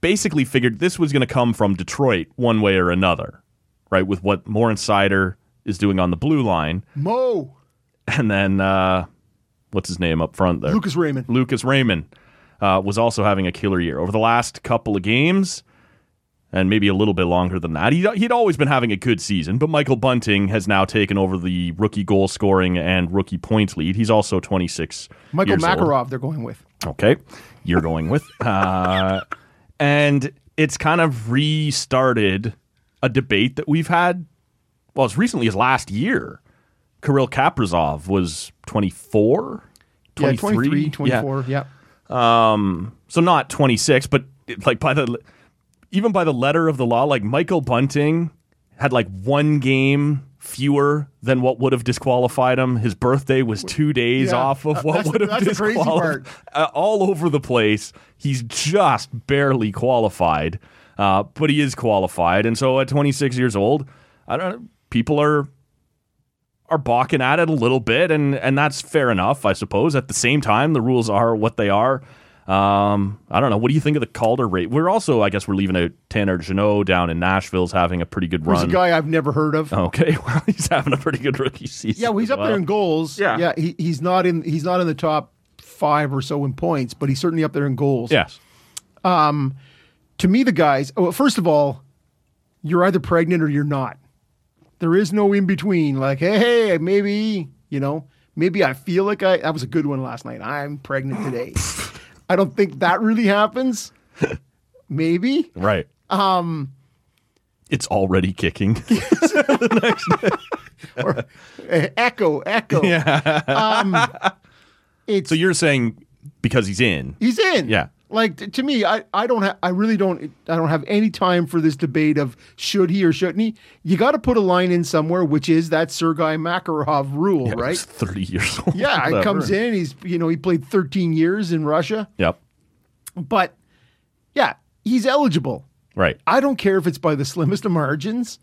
basically figured this was going to come from Detroit one way or another, right? With what More Insider is doing on the blue line. Mo And then, uh, what's his name up front there? Lucas Raymond. Lucas Raymond uh, was also having a killer year over the last couple of games, and maybe a little bit longer than that. He, he'd always been having a good season, but Michael Bunting has now taken over the rookie goal scoring and rookie points lead. He's also 26. Michael years old. Makarov, they're going with. Okay, you're going with, <laughs> uh, and it's kind of restarted a debate that we've had. Well, as recently as last year, Kirill Kaprizov was 24. Yeah, 23? 23, Yeah. 24. Yeah. Um, so not 26 but like by the even by the letter of the law like michael bunting had like one game fewer than what would have disqualified him his birthday was two days Yeah, off of uh, what that's would the- have that's the crazy disqualified part. <laughs> uh, all over the place he's just barely qualified uh, but he is qualified and so at 26 years old i don't people are are balking at it a little bit, and and that's fair enough, I suppose. At the same time, the rules are what they are. Um, I don't know. What do you think of the Calder rate? We're also, I guess, we're leaving out Tanner Janot down in Nashville's having a pretty good There's a run. Oh. guy I've never heard <laughs> of. Okay, well, he's having a pretty good rookie season. Yeah, well, as he's up there well. in goals. Yeah. yeah. He, he's not in. He's not in the top five or so in points, but he's certainly up there in goals. Yes, To me, the guys. oh, Well, first of all, you're either pregnant or you're not. There is no in between. Like, hey, hey, maybe you know, maybe I feel like I. That was a good one last night. I'm pregnant today. I don't think that really happens. Maybe. right. Um, it's already <laughs> kicking. Eh, Echo, echo. Yeah. um, it's so you're saying because he's in? He's in. Yeah. Like t- to me, I, I don't ha- I really don't I don't have any time for this debate of should he or shouldn't he. You got to put a line in somewhere, which is that Sergei Makarov rule, He's right? thirty years <laughs> old. Yeah, it Whatever. comes in. He's you know he played 13 years in Russia, Yep. but yeah, he's eligible. Right. I don't care if it's by the slimmest of margins.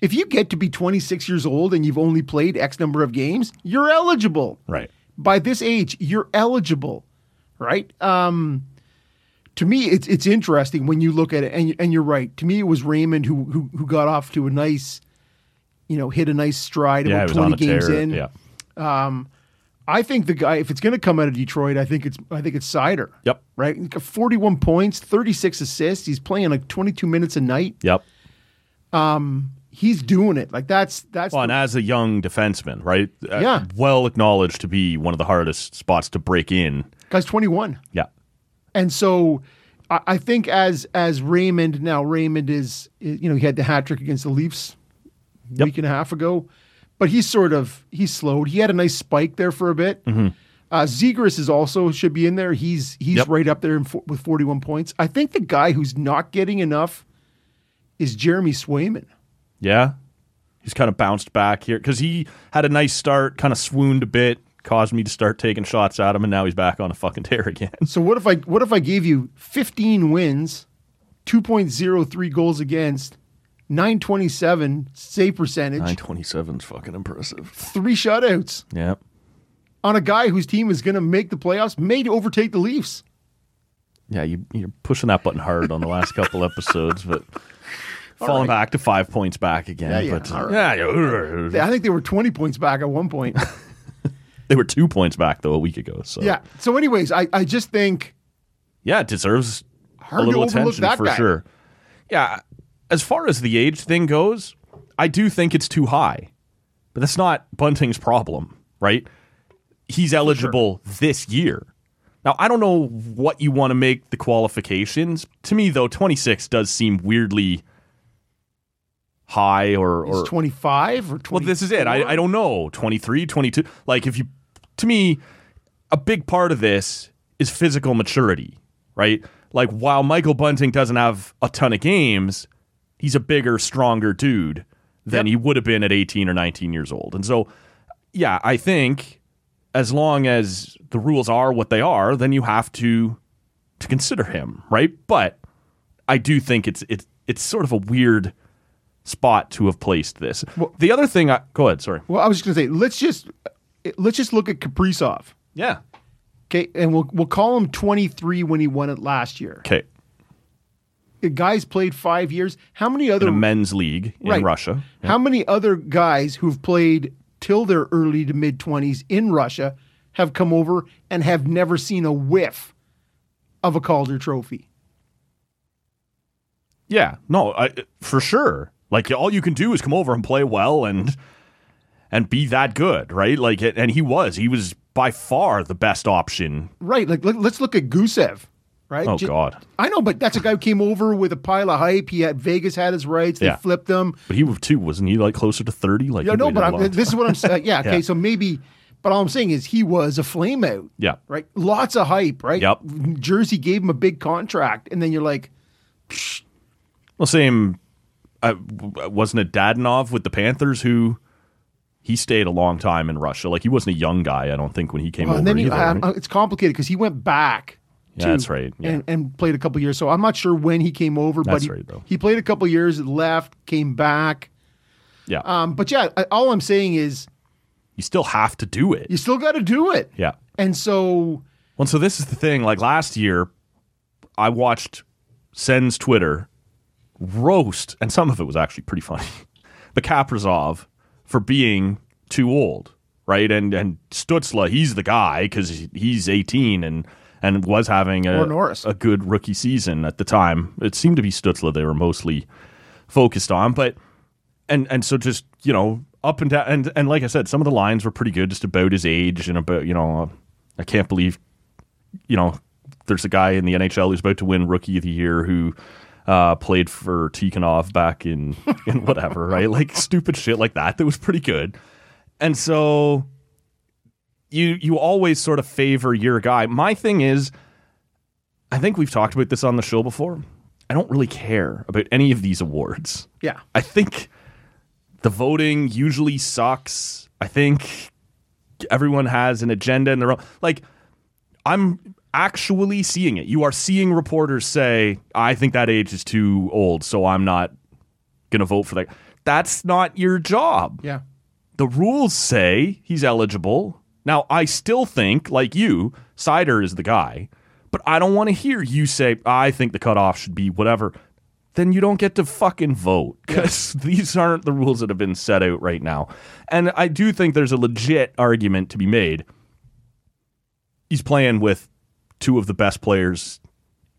If you get to be 26 years old and you've only played X number of games, you're eligible. Right. By this age, you're eligible, right? Um, to me, it's it's interesting when you look at it, and you- and you're right. To me, it was Raymond who who, who got off to a nice, you know, hit a nice stride Yeah, about it was 20 on a games tear. in. Yeah. I think the guy, if it's going to come out of Detroit, I think it's I think it's Cider. Yep. Right. Forty-one points, thirty-six assists. He's playing like twenty-two minutes a night. Yep. He's doing it. Like that's that's. Well, and the- as a young defenseman, right? Uh, Yeah. Well acknowledged to be one of the hardest spots to break in. guy's twenty-one, Yeah. and so I, I think as as Raymond now Raymond is is- you know he had the hat trick against the Leafs a week and a half ago, but he's sort of he's slowed. He had a nice spike there for a bit. Uh, Zegras is also should be in there. He's he's Yep. right up there in fo- with 41 points. I think the guy who's not getting enough is Jeremy Swayman. Yeah. He's kind of bounced back here because he had a nice start, kind of swooned a bit, caused me to start taking shots at him, and now he's back on a fucking <laughs> tear again. So what if I what if I gave you 15 wins, 2.03 goals against, 927 save percentage, 927 is fucking impressive. three shutouts Yeah. on a guy whose team is going to make the playoffs, may overtake the Leafs. Yeah, you, you're pushing that button hard on the last <laughs> couple episodes, but falling back to five points back again. Yeah, yeah, but all yeah, yeah. I think they were 20 points back at <laughs> one point. they were two points back though a week ago. So yeah. So anyways, I I just think yeah, it deserves Hard a to little overlook attention that for guy. sure. Yeah, as far as the age thing goes, I do think it's too high, but that's not Bunting's problem, right? He's eligible this year. Now, I don't know what you want to make the qualifications. To me, though, 26 does seem weirdly high or, it's or 25 or 20. well, this is it. I, I don't know. 23, 22. Like, if you, to me, a big part of this is physical maturity, right? Like, while Michael Bunting doesn't have a ton of games, he's a bigger, stronger dude than he would have been at 18 or 19 years old. And so, yeah, I think as long as the rules are what they are, then you have to to consider him, right? But I do think it's it's it's sort of a weird spot to have placed this. the other thing, I, go ahead. Sorry. Well, I was just going to say let's just let's just look at Kaprizov. Yeah. Okay, and we'll we'll call him 23 when he won it last year. Okay. The guy's played 5 years. How many other In a men's league in Right. Russia. How many other guys who've played till their early to mid 20s in Russia have come over and have never seen a whiff of a Calder trophy? Yeah. No, I, for sure. Like all you can do is come over and play well and and be that good, right? Like and he was. He was by far the best option. Right. Like, let, us look at Gusev, right? Oh J- god. I know, but that's a guy who came over with a pile of hype. He had Vegas had his rights. They Yeah. flipped him. But he was too wasn't he like closer to 30 like Yeah, he no, waited but a I'm, long this is what <laughs> I'm saying. Yeah, okay, Yeah. so maybe, but all I'm saying is he was a flame out. Yeah. Right? Lots of hype, right? Yep. Jersey gave him a big contract, and then you're like, Well, same. Uh, w- wasn't it Dadanov with the Panthers who he stayed a long time in Russia? Like he wasn't a young guy, I don't think, when he came over. Well, Oh, and then he, either, I- right? I- it's complicated because he went back. Yeah, to- that's right, yeah. And, and played a couple years. So I'm not sure when he came over, but That's he, right, though. he played a couple years, left, came back. yeah, Um, but yeah, I, all I'm saying is you still have to do it. you still got to do it. yeah. And so Well, so this is the thing. Like last year, I watched Sen's Twitter roast, and some of it was actually pretty funny. <laughs> The Kaprizov for being too old, right? And and Stutzla, he's the guy because he's 18 and and was having a Or Norris. a good rookie season at the time. It seemed to be Stutzla they were mostly focused on, but and and so just you know up and down and and like I said, some of the lines were pretty good, just about his age and about you know uh, I can't believe you know there's a guy in the NHL who's about to win Rookie of the Year who uh, played for Tikhonov back in <laughs> in whatever right like stupid shit like that that was pretty good, and so you you always sort of favor your guy. My thing is, I think we've talked about this on the show before. I don't really care about any of these awards. yeah, I think the voting usually sucks. I think everyone has an agenda in their own. Like, I'm actually seeing it. You are seeing reporters say, I think that age is too old, so I'm not going to vote for that. That's not your job. Yeah. The rules say he's eligible. Now, I still think, like you, Cider is the guy, but I don't want to hear you say, I think the cutoff should be whatever. Then you don't get to fucking vote because <laughs> these aren't the rules that have been set out right now. And I do think there's a legit argument to be made. He's playing with two of the best players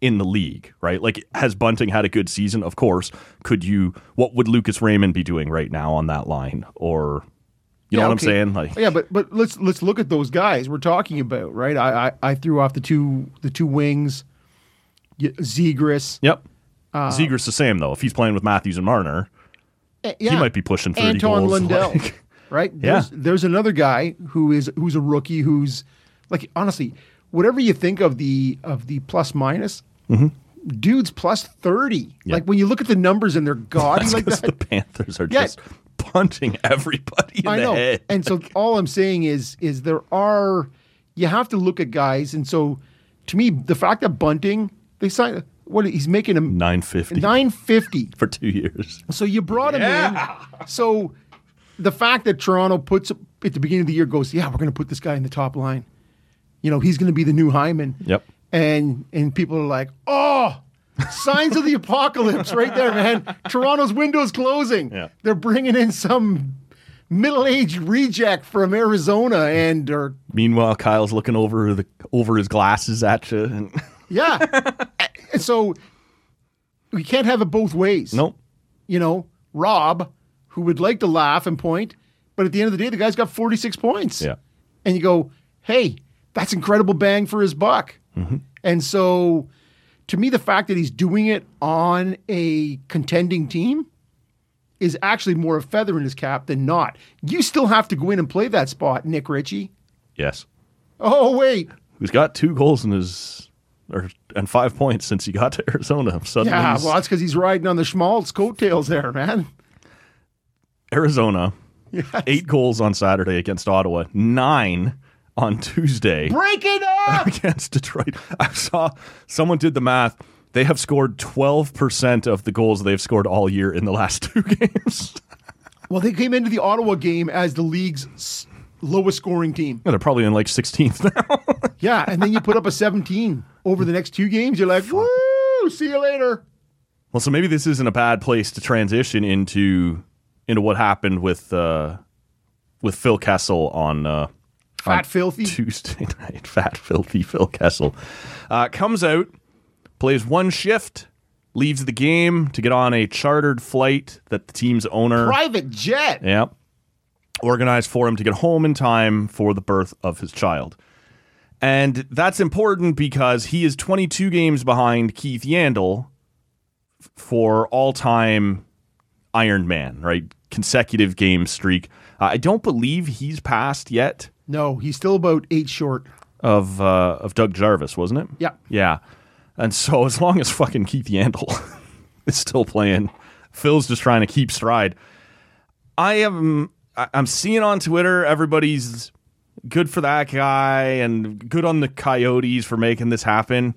in the league, right? Like, has Bunting had a good season? Of course. Could you, what would Lucas Raymond be doing right now on that line? Or, you know Yeah, what okay. I'm saying? Like, yeah, but but let's let's look at those guys we're talking about, right? I I, I threw off the two the two wings, y- Zegras. Yep. Uh, Zegers the same though. If he's playing with Matthews and Marner, <laughs> Eh, yeah. he might be pushing thirty Anton goals. Lundell, like- <laughs> right? There's, there's another guy who is who's a rookie who's like honestly, whatever you think of the of the plus minus, dude's plus thirty. Mm-hmm. Yeah. Like when you look at the <laughs> numbers and they're gaudy That's like 'cause that. <laughs> the Panthers are Yeah. just punting everybody in I the know. head. <laughs> And so all I'm saying is is there are you have to look at guys and so to me the fact that Bunting they signed what he's making him Nine fifty 950. for two years. So you brought him in. So the fact that Toronto puts at the beginning of the year goes, yeah, we're going to put this guy in the top line. You know, he's going to be the new Hyman. Yep. And and people are like, oh, signs of the apocalypse right there, man. Toronto's window's closing. Yeah. They're bringing in some middle-aged reject from Arizona and or Meanwhile, Kyle's looking over the over his glasses at you. And <laughs> yeah. and so we can't have it both ways. nope. you know, Rob, who would like to laugh and point, but at the end of the day, the guy's got 46 points. Yeah. And you go, hey, that's incredible bang for his buck. And so to me, the fact that he's doing it on a contending team is actually more a feather in his cap than not. You still have to go in and play that spot, Nick Ritchie. Yes. Oh, wait. Who's got two goals in his or and five points since he got to Arizona. Suddenly, Yeah, he's- well, that's because he's riding on the Schmaltz coattails there, man. <laughs> Arizona. Eight goals on Saturday against Ottawa. Nine on Tuesday. Break it up! against Detroit. <laughs> I saw someone did the math. They have scored 12% of the goals they've scored all year in the last <laughs> two games. Well, they came into the Ottawa game as the league's s- lowest scoring team. They're probably in like 16th <laughs> now. Yeah, and then you put up a 17 over the next two games. You're like, woo, see you later. Well, so maybe this isn't a bad place to transition into into what happened with uh, with Phil Kessel on uh, Fat on filthy. Tuesday <laughs> night. Fat filthy Phil Kessel uh, comes out, plays one shift, leaves the game to get on a chartered flight that the team's owner Private jet. Yeah. Organized for him to get home in time for the birth of his child. And that's important because he is 22 games behind Keith Yandel f- for all time Iron Man, right? Consecutive game streak. Uh, I don't believe he's passed yet No, he's still about eight short. of uh, of Doug Jarvis, wasn't it? Yeah. Yeah. And so <laughs> as long as fucking Keith Yandel <laughs> is still playing, Phil's just trying to keep stride. I am I- I'm seeing on Twitter everybody's good for that guy and good on the Coyotes for making this happen.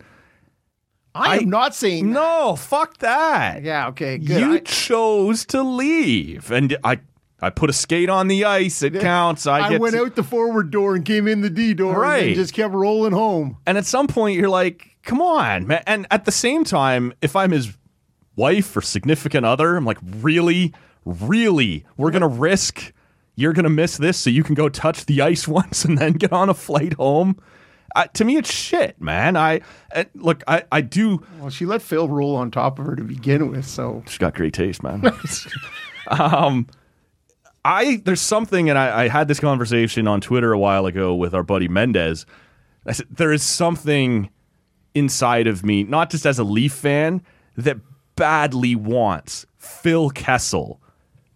I- I, am not saying. No, fuck that. Yeah, okay, good. You I- chose to leave and I I put a skate on the ice. It counts. I, I get went to- out the forward door and came in the D door and Right. then just kept rolling home. And at some point, you're like, come on, man. And at the same time, if I'm his wife or significant other, I'm like, really? Really? We're going to risk you're going to miss this so you can go touch the ice <laughs> once and then get on a flight home? I, to me, it's shit, man. I, uh look, I, I do. Well, she let Phil roll on top of her to begin with, so She's got great taste, man. <laughs> um, I there's something, and I, I had this conversation on Twitter a while ago with our buddy Mendez. I said there is something inside of me, not just as a Leaf fan, that badly wants Phil Kessel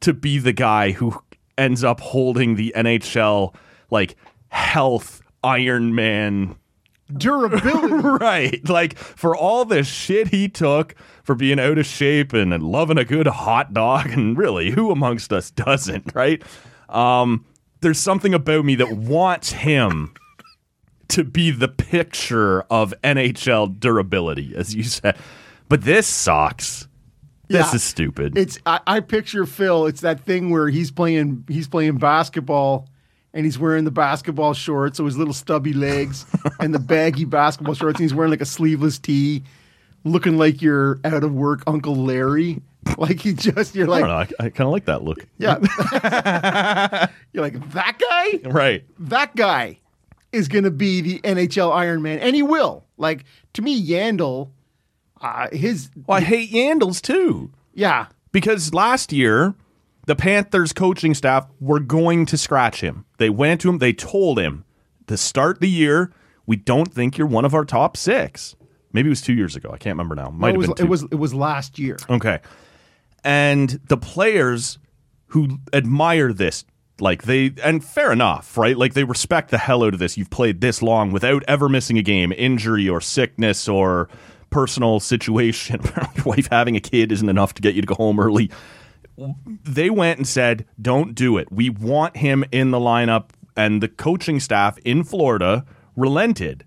to be the guy who ends up holding the NHL like health Iron Man <laughs> durability. right. Like for all the shit he took for being out of shape and, and loving a good hot dog, and really, who amongst us doesn't, right? Um, there's something about me that wants him to be the picture of NHL durability, as you said. But this sucks. This Yeah. is stupid. It's I, I picture Phil. It's that thing where he's playing he's playing basketball and he's wearing the basketball shorts, so his little <laughs> stubby legs and the baggy basketball shorts, and he's wearing like a sleeveless tee, looking like your out of work Uncle Larry. Like he just you're I don't know. like I, I kind of like that look. yeah, <laughs> you're like that guy Right. that guy is going to be the NHL Iron Man, and he will. Like to me, Yandel, uh, his Well, I hate Yandels too. yeah, because last year the Panthers coaching staff were going to scratch him. They went to him, they told him to start the year, we don't think you're one of our top 6. Maybe it was 2 years ago. I can't remember now. Might it was have been it two. was it was last year. Okay. And the players who admire this, like they, and fair enough, right? Like they respect the hell out of this. You've played this long without ever missing a game, injury or sickness or personal situation. <laughs> Your wife having a kid isn't enough to get you to go home early. They went and said, don't do it. We want him in the lineup. And the coaching staff in Florida relented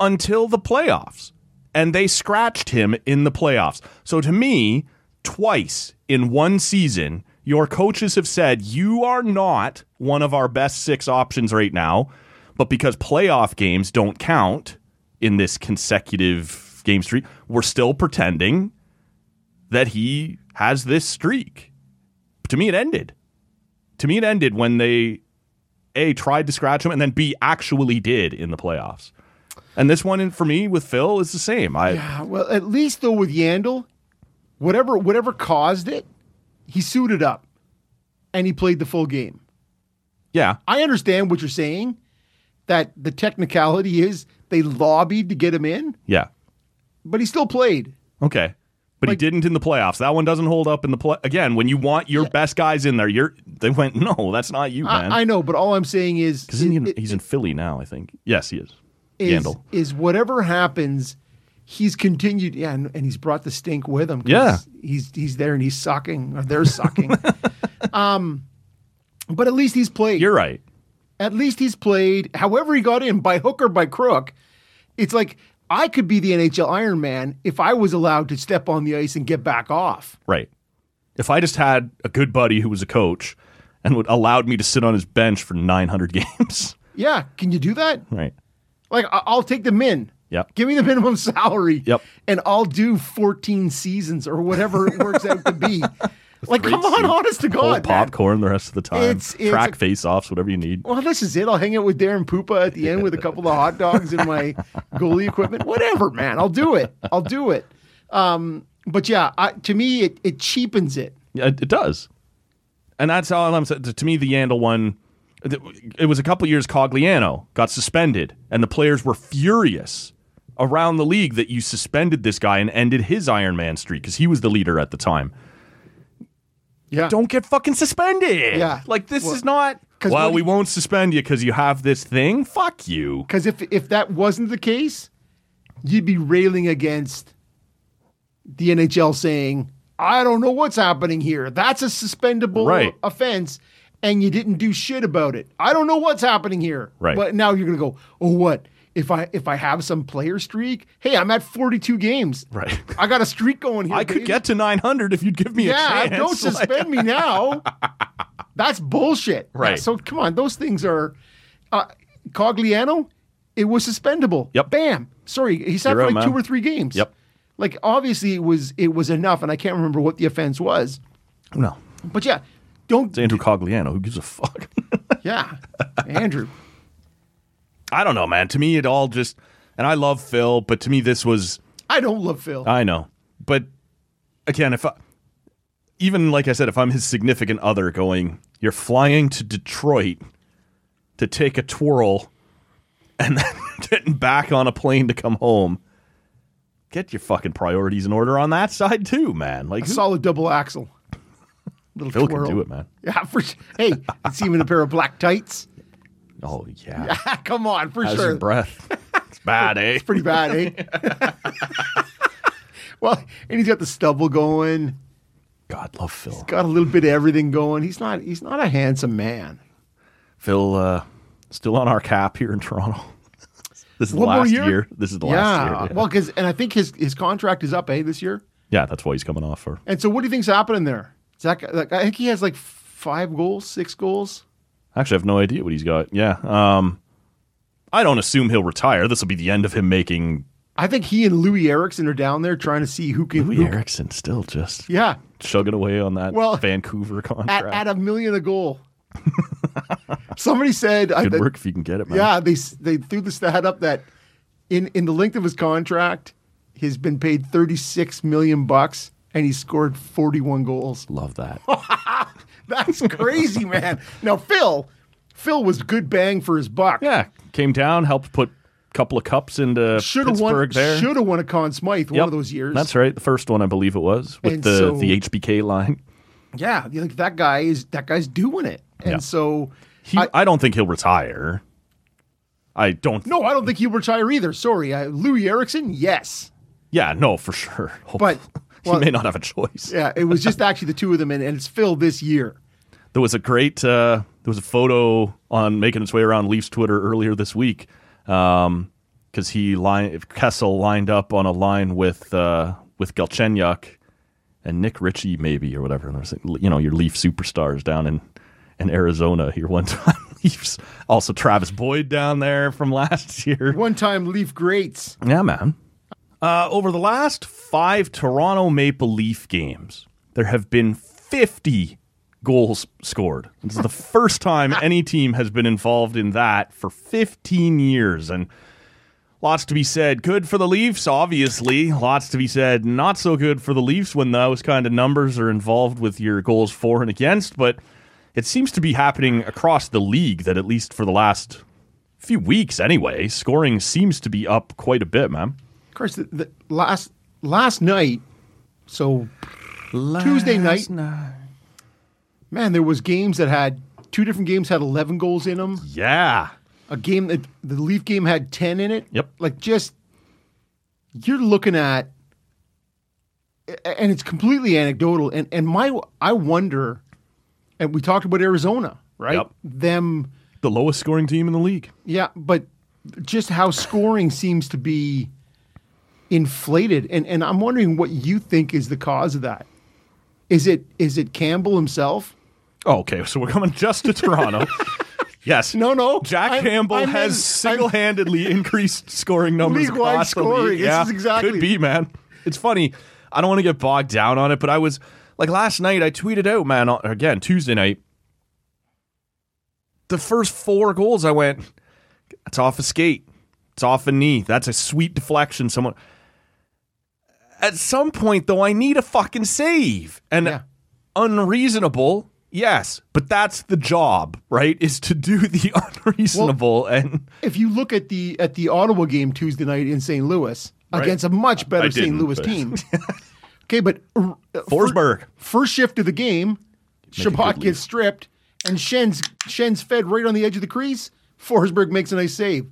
until the playoffs. And they scratched him in the playoffs. So to me, twice in one season, your coaches have said, you are not one of our best six options right now. But because playoff games don't count in this consecutive game streak, we're still pretending that he has this streak. To me, it ended. To me, it ended when they, A, tried to scratch him, and then B, actually did in the playoffs. And this one in, for me with Phil is the same. I Uh, Well, at least though with Yandel, whatever whatever caused it, he suited up, and he played the full game. yeah. I understand what you're saying. That the technicality is they lobbied to get him in, Yeah. but he still played. Okay. But he Like- didn't in the playoffs. That one doesn't hold up in the play. Again, when you want your best guys in there, you're they went, "No, that's not you, man." I, I know, but all I'm saying is, Cuz he, it- it- he's in Philly now, I think. Yes, he is. is, Yandel. is whatever happens, he's continued, yeah, and, and he's brought the stink with him. 'cause Yeah. he's he's there and he's sucking or they're <laughs> sucking. um, but at least he's played. You're right. at least he's played. However, he got in by hook or by crook. It's like I could be the NHL Iron Man if I was allowed to step on the ice and get back off. Right. If I just had a good buddy who was a coach and would allowed me to sit on his bench for 900 <laughs> games. Yeah, can you do that? right. Like I- I'll take the min. Yep. Give me the minimum salary. Yep. And I'll do 14 seasons or whatever it works out <laughs> to be. like, come on, honest to Cold God. man. popcorn the rest of the time. It's- it's Track a- face-offs, whatever you need. Well, this is it. I'll hang out with Darren Poopa at the end with a couple of hot dogs and my goalie equipment. Whatever, man. I'll do it. I'll do it. Um, but yeah, I, to me, it, it cheapens it. Yeah, it, it does. And that's all I'm saying. To me, the Yandel one, th- it was a couple years Cogliano got suspended, and the players were furious around the league that you suspended this guy and ended his Iron Man streak because he was the leader at the time. Yeah. Don't get fucking suspended. Yeah. Like, this Well, is not. 'cause Well, what we he- won't suspend you because you have this thing. Fuck you. Because if, if that wasn't the case, you'd be railing against the NHL saying, I don't know what's happening here. That's a suspendable Right. offense, and you didn't do shit about it. I don't know what's happening here. Right. But now you're gonna go, oh what? If I if I have some player streak, hey, I'm at 42 games. Right. I got a streak going here. I could baby. get to 900 if you'd give me Yeah, a chance. <laughs> don't Like- suspend me now. That's bullshit. Right. So come on, those things are. Uh, Cogliano, it was suspendable. Yep. Bam. Sorry, he sat You're for out, like two man. or three games. Yep. Like obviously it was it was enough, and I can't remember what the offense was. No. But yeah, don't. It's Andrew Cogliano. Who gives a fuck? <laughs> <laughs> Yeah, Andrew. I don't know, man. To me, it all just, and I love Phil, but to me, this was, I don't love Phil. I know, but again, if I, even like I said, if I'm his significant other going, you're flying to Detroit to take a twirl and then <laughs> getting back on a plane to come home, get your fucking priorities in order on that side too, man. Like, A solid double axle. Little Phil twirl. can do it, man. Yeah, for sure. Hey, <laughs> it's even a pair of black tights. <laughs> Oh, yeah. Come on, for How's sure. <laughs> your breath? It's bad, eh? pretty bad, eh? <laughs> <laughs> well, and he's got the stubble going, God, love Phil. got a little bit of everything going. He's not he's not a handsome man. Phil uh, still on our cap here in Toronto. <laughs> this is the One more last year? year? This is the last year. Well, because and I think his his contract is up, eh, this year. Yeah, that's why he's coming off for. And so, what do you think's happening there? Zach, like, I think he has like five goals, six goals. Actually, I have no idea what he's got. Yeah. Um, I don't assume he'll retire. This will be the end of him making. I think he and Louis Erickson are down there trying to see who can. Louis who- Erickson still just Yeah, chugging away on that Well, Vancouver at, contract. at a million a goal. <laughs> Somebody said, I, Good work if you can get it, man. yeah, they s- they threw the stat up that in in the length of his contract, he's been paid thirty six million bucks and he scored forty one goals. Love that. <laughs> That's crazy, man. Now Phil, Phil was good bang for his buck. <laughs> yeah. Came down, helped put a couple of cups into should have won. Pittsburgh there. Should have won a Conn Smythe one Yep. of those years. That's right. The first one, I believe it was, with And the, so- the HBK line. Yeah, you think that guy is that guy's doing it, and Yeah. so He, I, I- don't think he'll retire. I don't. no, I don't think he'll retire either. Sorry, I, Louis Erickson, yes. Yeah, no, for sure. But- <laughs> well- he may not have a choice. Yeah, it was just actually the two of them, and, and it's Phil this year. There was a great uh, there was a photo on making its way around Leafs Twitter earlier this week because he line Kessel lined up on a line with uh, with Galchenyuk and Nick Ritchie maybe or whatever. And I was like, you know, your Leaf superstars down in in Arizona here one <laughs> time. Leafs also Travis Boyd down there from last year. One time Leaf greats. Yeah, man. Uh, over the last five Toronto Maple Leaf games, there have been 50 goals scored. This is <laughs> the first time any team has been involved in that for 15 years. And lots to be said. Good for the Leafs, obviously. Lots to be said. Not so good for the Leafs when those kind of numbers are involved with your goals for and against. But it seems to be happening across the league that, at least for the last few weeks anyway, scoring seems to be up quite a bit, man. Of course, the, the last last night, so Tuesday night, man, there was games that had two different games had eleven goals in them. Yeah. A game that the Leaf game had ten in it. Yep. Like just you're looking at, a- and it's completely anecdotal. And and my I wonder, and we talked about Arizona, right? Yep. Them. The lowest scoring team in the league. Yeah, but just how scoring seems to be inflated, and and I'm wondering what you think is the cause of that. Is it is it Campbell himself? Oh, okay, so we're coming just to <laughs> Toronto. yes. No, no, Jack I'm- Campbell I'm has in- single <laughs> handedly increased scoring numbers League-wide across the scoring, league. this is exactly- Could be, man. It's funny. I don't want to get bogged down on it, but I was like last night I tweeted out, man, on- again, Tuesday night. The first four goals I went, that's off a skate. It's off a knee. That's a sweet deflection. Someone at some point though, I need a fucking save. And Yeah. unreasonable yes but that's the job right is to do the <laughs> unreasonable and If you look at the at the Ottawa game Tuesday night in St. Louis against a much better St. didn't, Louis but- <laughs> team. okay, but uh, forsberg first shift of the game, Shabbat lead. gets stripped, and Shen's Shen's fed right on the edge of the crease. Forsberg makes a nice save.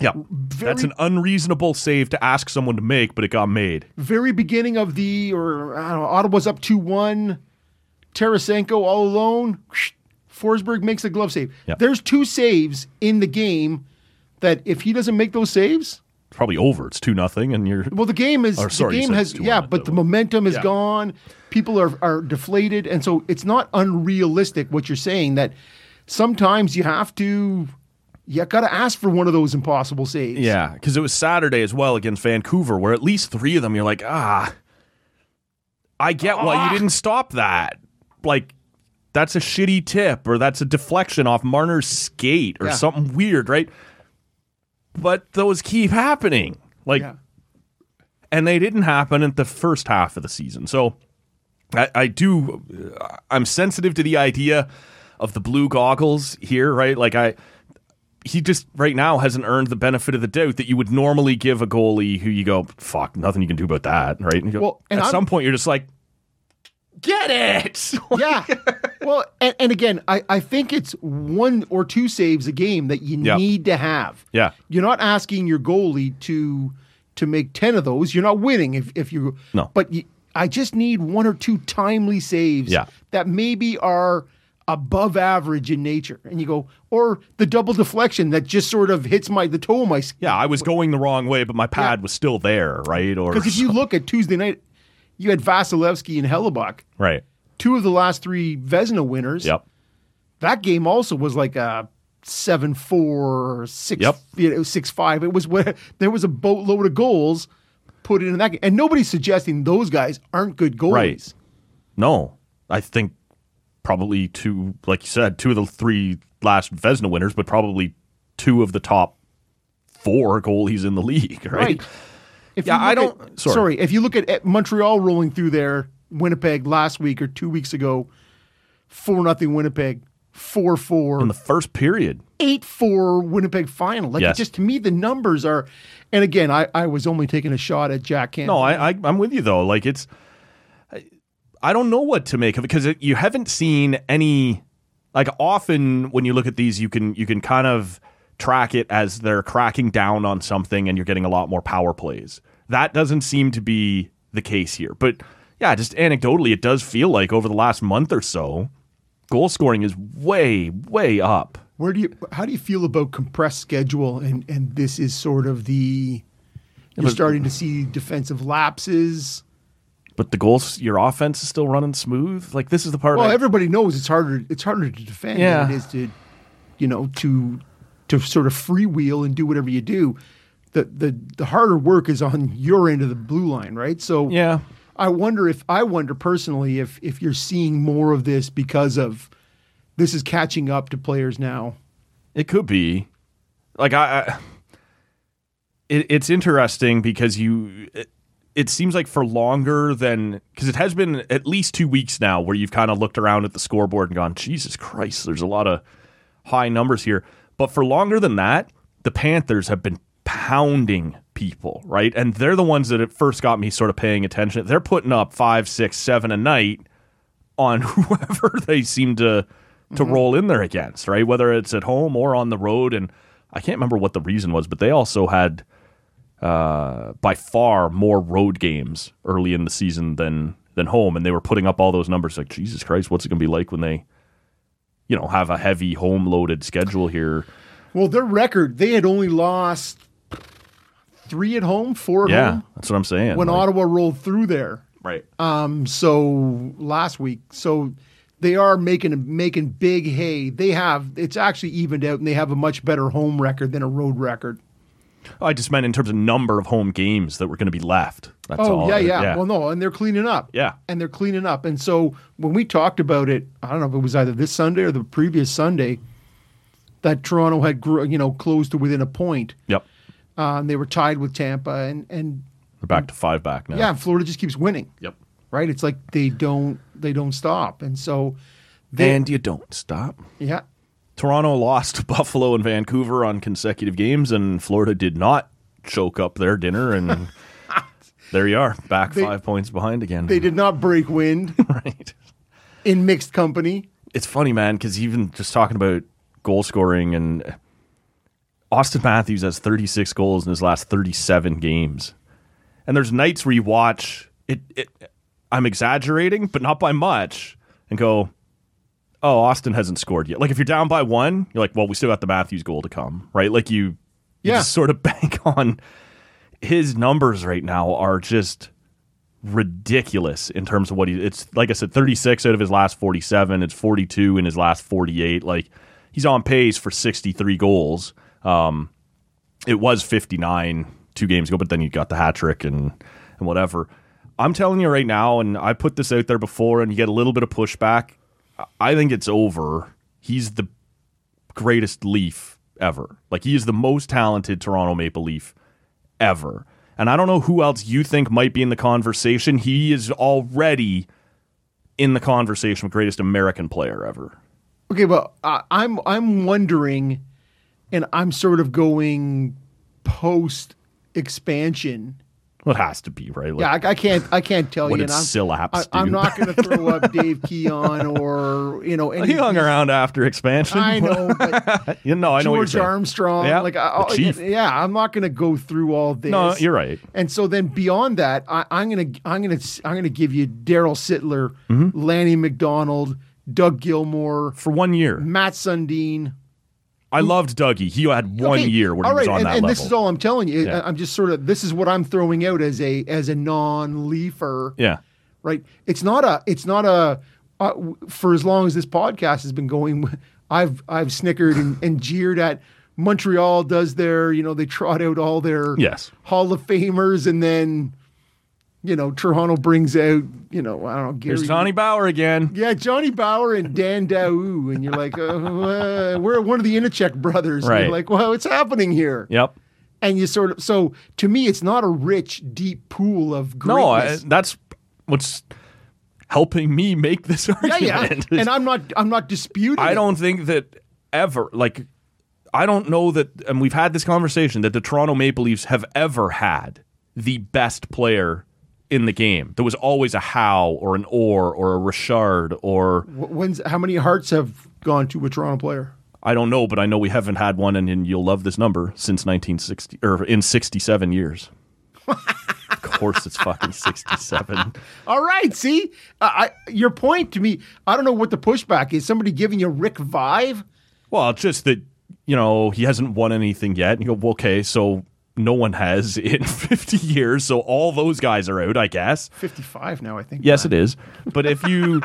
yeah that's an unreasonable save to ask someone to make but it got made very beginning of the or I don't know, Ottawa's up two one, Tarasenko all alone. Forsberg makes a glove save. Yep. There's two saves in the game that if he doesn't make those saves, it's probably over it's 2 nothing and you're well the game is Or, sorry, the you game said has it's 2-1 yeah, at but the- the momentum is yeah. gone. People are are deflated and so it's not unrealistic what you're saying that sometimes you have to you got to ask for one of those impossible saves. yeah because it was saturday as well against vancouver where at least three of them you're like ah i get why Ah. you didn't stop that like that's a shitty tip or that's a deflection off marner's skate or Yeah. something weird right but those keep happening like Yeah. and they didn't happen at the first half of the season. So I, I do, uh, I'm sensitive to the idea of the blue goggles here, right? Like I, he just right now hasn't earned the benefit of the doubt that you would normally give a goalie who you go, fuck, nothing you can do about that, right? And you go, Well, and at I'm- some point you're just like, get it. <laughs> yeah. Well, and, and again, I, I think it's one or two saves a game that you Yeah. need to have. Yeah. You're not asking your goalie to to make 10 of those. You're not winning if, if you No. But you, I just need one or two timely saves Yeah. that maybe are above average in nature. And you go or the double deflection that just sort of hits my the toe of my <laughs> yeah, I was going the wrong way, but my pad was still there, right? Or because if you look at Tuesday night, You had Vasilevsky and Hellebuck, Right. two of the last three Vesna winners. Yep. That game also was like a seven four six Yep. you know, six five. It was where there was a boatload of goals put in that game, and nobody's suggesting those guys aren't good goalies. Right. No, I think probably two, like you said, two of the three last Vesna winners, but probably two of the top four goalies in the league. <laughs> Right. Right. If Yeah, you I look don't- At, sorry. sorry. if you look at, at Montreal rolling through there, Winnipeg last week or two weeks ago, four nothing Winnipeg, four In four, the first period. eight four Winnipeg final. Like it Yes. just to me, the numbers are. And again, I, I was only taking a shot at Jack Campbell. No, I, I I'm with you though. Like it's, I, I don't know what to make of it because you haven't seen any. Like often when you look at these, you can you can kind of track it as they're cracking down on something, and you're getting a lot more power plays. That doesn't seem to be the case here, but yeah, just anecdotally, it does feel like over the last month or so, goal scoring is way way up. Where do you? How do you feel about compressed schedule? And and this is sort of the. You're starting to see defensive lapses. But the goals, your offense is still running smooth. Like this is the part. Well, I- everybody knows it's harder. It's harder to defend Yeah. than it is to, you know, to to sort of freewheel and do whatever you do. The the the harder work is on your end of the blue line, right? So yeah, I wonder if I wonder personally if if you're seeing more of this because of this is catching up to players now. It could be. Like I, I it, it's interesting because you it, it seems like for longer than cuz it has been at least 2 weeks now where you've kind of looked around at the scoreboard and gone, "Jesus Christ, there's a lot of high numbers here." But for longer than that, the Panthers have been pounding people, right? And they're the ones that at first got me sort of paying attention. They're putting up five, six, seven a night on <laughs> whoever they seem to to Mm-hmm. roll in there against, right? Whether it's at home or on the road, and I can't remember what the reason was, but they also had uh, by far more road games early in the season than than home, and they were putting up all those numbers. Like Jesus Christ, what's it going to be like when they, you know, have a heavy home loaded schedule here? Well, their record they had only lost three at home, four at Yeah, home that's what I'm saying. when Like, Ottawa rolled through there. Um, right, so last week so they are making making big hay they have it's actually evened out and they have a much better home record than a road record Oh, I just meant in terms of number of home games that were going to be left. That's oh all. yeah, yeah well no and they're cleaning up Yeah. and they're cleaning up and so when we talked about it i don't know if it was either this sunday or the previous sunday that toronto had gr- you know closed to within a point Yep, um, they were tied with tampa and and we're back to five back now. yeah florida just keeps winning Yep. right it's like they don't they don't stop and so they And you don't stop. yeah Toronto lost <laughs> to Buffalo and Vancouver on consecutive games, and Florida did not choke up their dinner. <laughs> And there you are, back They- five points behind again. they did not break wind <laughs> <laughs> right. in mixed company. It's funny, man, because even just talking about goal scoring and Austin Matthews has 36 goals in his last 37 games, and there's nights where you watch it. it I'm exaggerating, but not by much, and go. Oh, Austin hasn't scored yet. Like if you're down by one, you're like, well, we still got the Matthews goal to come, right? Like you you Yeah. just sort of <laughs> bank on his numbers right now are just ridiculous in terms of what he it's like I said 36 out of his last 47 it's 42 in his last 48 like he's on pace for 63 goals um it was 59 two games ago but then you got the hat trick and and whatever I'm telling you right now and I put this out there before and you get a little bit of pushback I- I think it's over he's the greatest Leaf ever. Like he is the most talented Toronto Maple Leaf ever. And I don't know who else you think might be in the conversation. He is already in the conversation with greatest American player ever. Okay, well, I I'm I'm wondering, and I'm sort of going post expansion. Well, it has to be right. Like, Yeah, I, I can't I can't tell What you. did and I'm, Sillaps I, I'm do? not going to throw up Dave Keon or you <laughs> know any. he hung around after expansion. <laughs> I know, <laughs> but Uh, you know, I know what you're George saying. Armstrong. Yeah, like, the I, I- chief. yeah, I'm not going to go through all this. No, you're right. And so then beyond that, I, I'm gonna I'm gonna I'm gonna give you Daryl Sittler, Mm-hmm. Lanny McDonald, Doug Gilmore, For one year, Matt Sundin. I loved Dougie. He had one Okay, year where he all was right, on and, that and level. this is all I'm telling you. Yeah. I- I'm just sort of this is what I'm throwing out as a as a non-leafer. yeah, right? It's not a. It's not a. Uh, w- for as long as this podcast has been going, <laughs> I've I've snickered and, and jeered at Montreal. Does their you know they trot out all their Yes. Hall of Famers and then. You know, Toronto brings out, you know, I don't know, Gary. Here's Johnny Bauer again. Yeah, Johnny Bauer and Dan Daou, and you're like, uh, uh, <laughs> we're one of the Inachek brothers. And Right. you're like, well, it's happening here. Yep. And you sort of so to me, it's not a rich, deep pool of No, I, greatness. that's what's helping me make this <laughs> yeah, argument. yeah. is- and I'm not, I'm not disputing. I it. don't think that ever, like, I don't know that, and we've had this conversation that the Toronto Maple Leafs have ever had the best player in the game. There was always a Howe or an Orr or a Richard or Wh- When's how many hearts have gone to a Toronto player? I don't know, but I know we haven't had one, and, and you'll love this number since 1960 or in 67 years. of course, it's fucking 67. All right, see, I, I, your point to me, I don't know what the pushback is. Somebody giving you Rick Vive. Well, it's just that, you know, he hasn't won anything yet. And you go, well, okay, so no one has in <laughs> 50 years. So all those guys are out, I guess. 55 now, I think. Yes, it is. But if you,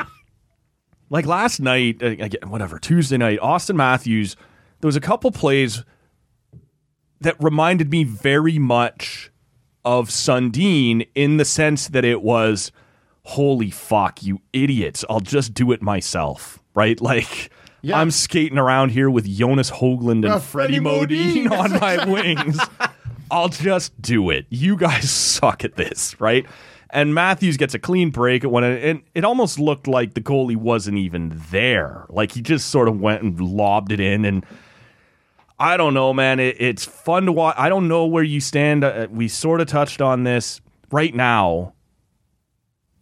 <laughs> like last night, uh, again, whatever, Tuesday night, Austin Matthews, there was a couple plays that reminded me very much of Sundin in the sense that it was, holy fuck, you idiots, I'll just do it myself, right? <laughs> Like, Yeah. I'm skating around here with Jonas Hoagland and Uh, Freddie Freddie Modine Modine. <laughs> on my wings. I'll just do it. You guys <laughs> suck at this, right? And Matthews gets a clean break at one, end, and it almost looked like the goalie wasn't even there. Like he just sort of went and lobbed it in, and I don't know, man. It, it's fun to watch. I don't know where you stand. Uh, we sort of touched on this right now.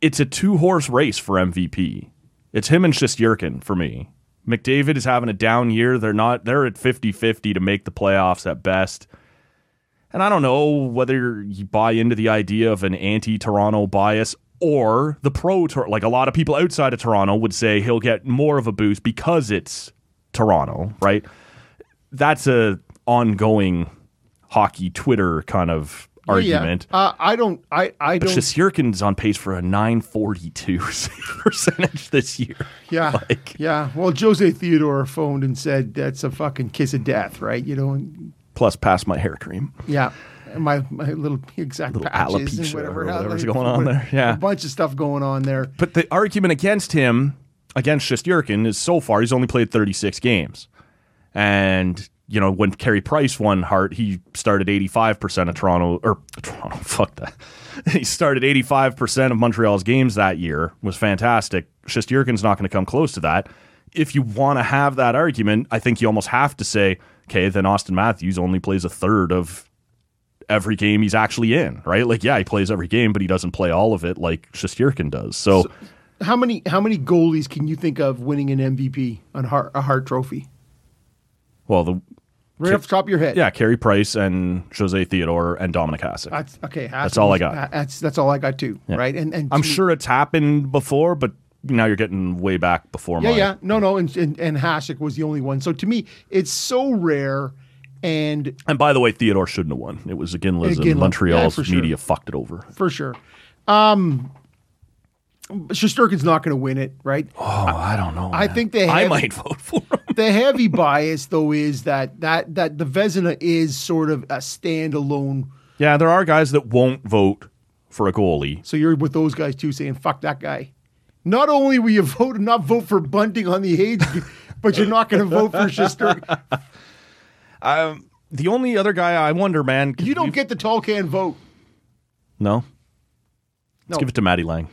It's a two horse race for MVP. It's him and Shistyurkin for me. McDavid is having a down year. They're not. They're at 50-50 to make the playoffs at best. And I don't know whether you buy into the idea of an anti-Toronto bias or the pro Tor- like a lot of people outside of Toronto would say he'll get more of a boost because it's Toronto, right? That's a ongoing hockey Twitter kind of Yeah. argument. Uh, I don't. I. I But don't. Shisterkin's on pace for a 942 save <laughs> percentage this year. Yeah. <laughs> Like- yeah. Well, Jose Theodore phoned and said that's a fucking kiss of death, right? You know, and Plus, pass my hair cream. yeah. My my little <laughs> exact Little patches and alopecia whatever. or how- whatever's like, going on there, yeah. A bunch of stuff going on there. But the argument against him, against Shisterkin, is so far he's only played 36 games. And, you know, when Carey Price won Hart, he started 85% of Toronto, or <laughs> Toronto, fuck that. He started 85% of Montreal's games that year, was fantastic. Shisterkin's not going to come close to that. If you want to have that argument, I think you almost have to say, okay, then Austin Matthews only plays a third of every game he's actually in, right? Like, yeah, he plays every game, but he doesn't play all of it like Shisterkin does. So, How many how many goalies can you think of winning an MVP on Hart, a Hart Trophy? well, the Right off the top of your head. yeah, Carey Price and Jose Theodore and Dominic Hasek. That's okay. That's all I got. That's that's all I got too. Right. And and I'm to- sure it's happened before, but now you're getting way back before Yeah, mine. yeah. No, no. And, and and Hasek was the only one. So to me, it's so rare. And And by the way, Theodore shouldn't have won. It was Ginla's Ginla. and Montreal's Yeah, for sure. media fucked it over. for sure. Um, Shosturkin's not going to win it, <sighs> right? Oh, I don't know. I think they I have- might vote for him. The heavy bias, though, is that that that the Vezina is sort of a standalone. yeah, there are guys that won't vote for a goalie. So you're with those guys too, saying "fuck that guy." Not only will you vote not vote for Bunting on the age, <laughs> but you're not going to vote for Shosturkin. Um, The only other guy I wonder, man, You don't get the tall can vote. no. No, Let's give it to Matty Lang.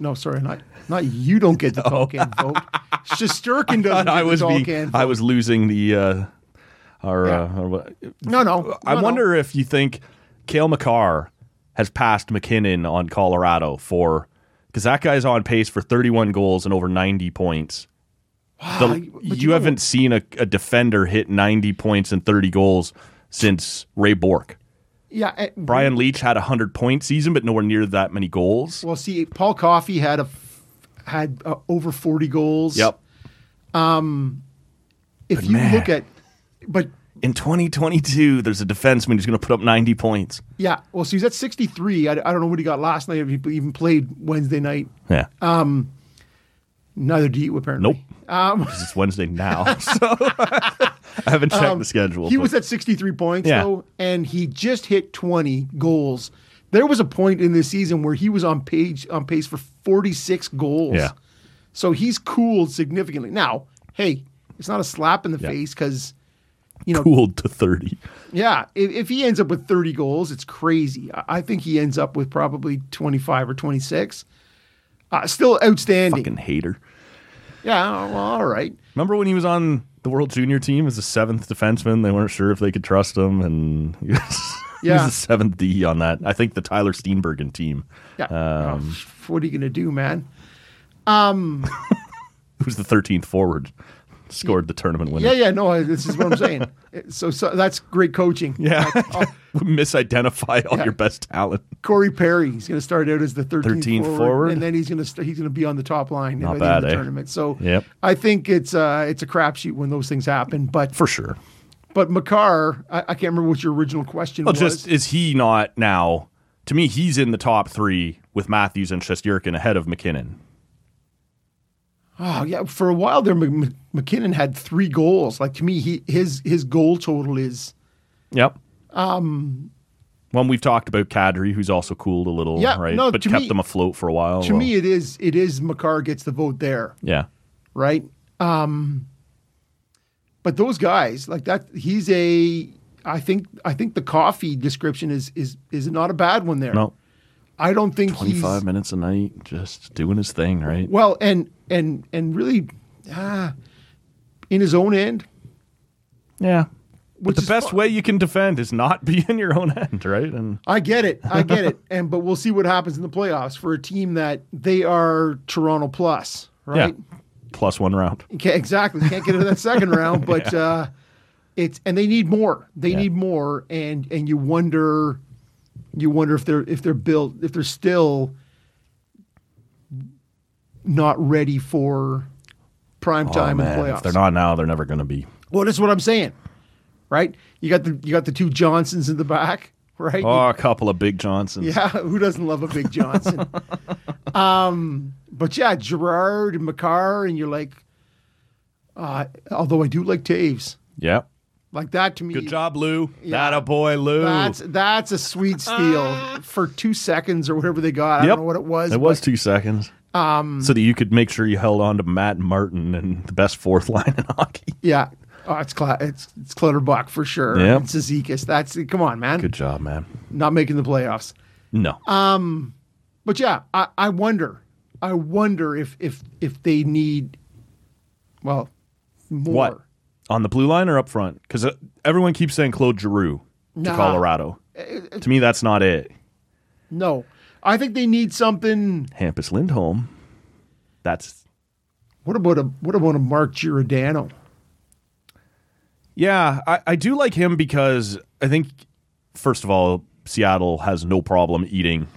no, sorry, not not you. Don't get the tall can vote. Shosturkin <laughs> doesn't. I get was the tall being- can. I vote. was losing the uh, our, Yeah. uh, our what- No, no. Uh, I no, no. wonder if you think Kale McCarr has passed McKinnon on Colorado for because that guy's on pace for 31 goals and over 90 points. The- Ah, but you, you know haven't what- seen a, a defender hit 90 points and 30 goals since Ray Bork. Yeah. eh, Brian Leach had a 100 point season, but nowhere near that many goals. Well, see, Paul Coffey had a f- had uh, over forty goals. Yep. If you man. look at, but in 2022, there's a defenseman who's going to put up 90 points. Yeah. Well, so he's at 63. I, I don't know what he got last night, if he even played Wednesday night. Yeah. Neither do you, apparently. Uh, nope. Oh. Because it's Wednesday <laughs> now. <laughs> So I haven't checked the schedule. Um, He but- was at 63 points, Yeah. though, and he just hit 20 goals. There was a point in this season where he was on page on pace for 46 goals. Yeah. So he's cooled significantly. Now, hey, it's not a slap in the Yeah. face because, you know, cooled to 30. yeah, if, if he ends up with 30 goals, it's crazy. I, I think he ends up with probably 25 or 26. Uh, still outstanding. Fucking hater. Yeah, well, all right. Remember when he was on the World Junior team as a seventh defenseman? They weren't sure if they could trust him, and he was, <laughs> he was Yeah. the seventh D on that. I think the Tyler Steenbergen team. uh, Yeah. Um, Oh, what are you going to do, man? who's the 13th forward, scored the tournament winner. Yeah, yeah, no, I- this is what <laughs> I'm saying. It- so, so that's great coaching. yeah. <laughs> Misidentify all Yeah. your best talent. Corey Perry, he's going to start out as the 13th, 13th forward, forward. and then he's going to st- he's going to be on the top line Not by the end bad, of the eh? tournament. So, Yep. I think it's uh, it's a crapshoot when those things happen. But For sure. but Makar, I, I can't remember what your original question Well, was. just is he not now? To me, he's in the top three with Matthews and Shesterkin ahead of McKinnon. oh yeah, for a while there, Mc- Mc- McKinnon had three goals. Like to me, he his his goal total is Yep. Um, one we've talked about Kadri, who's also cooled a little, Yeah, right? no, but to kept me- them afloat for a while. to Well, me it is it is Makar gets the vote there. yeah. right? Um, but those guys, like that, he's a. I think I think the coffee description is is is not a bad one there. No, I don't think he's 25 minutes a night, just doing his thing, right? well, and and and really, ah, in his own end. yeah. But Which the is best fu- way you can defend is not <laughs> be in your own end, right? And I get it, I get <laughs> it, and but we'll see what happens in the playoffs for a team that they are Toronto plus, right? yeah, plus one round. Okay, exactly. Can't get into <laughs> that second round, but uh, it's and they need more. They need more, and and you wonder, you wonder if they're if they're built if they're still not ready for prime time in the playoffs. Oh, if they're not now, they're never going to be. Well, that's what I'm saying, right? You got the you got the two Johnsons in the back, <laughs> right? Oh, a couple of big Johnsons. Yeah, <laughs> who doesn't love a <laughs> big Johnson? um, but yeah, Gerard and McCarr, and you're like, uh, although I do like Taves, Yeah. like that to me. Good job, Lou. That a boy, Lou. That's that's a <laughs> sweet steal for two seconds or whatever they got. I Yep. don't know what it was. It was but- two seconds. Um, so that you could make sure you held on to Matt Martin and the best fourth <laughs> line in hockey. yeah. Oh, it's Cla- it's it's Clutterbuck for sure. Yeah. It's Zizekas. That's come on, man. Good job, man. Not making the playoffs. No. Uh, But yeah, I, I wonder. I wonder if if if they need well more. what? On the blue line or up front? Because uh, everyone keeps saying Claude Giroux to Nah. Uh, Colorado. to me, that's not it. No. I think they need something. Hampus Lindholm. That's What about a what about a Mark Giordano? Yeah, I, I do like him because I think, first of all, Seattle has no problem eating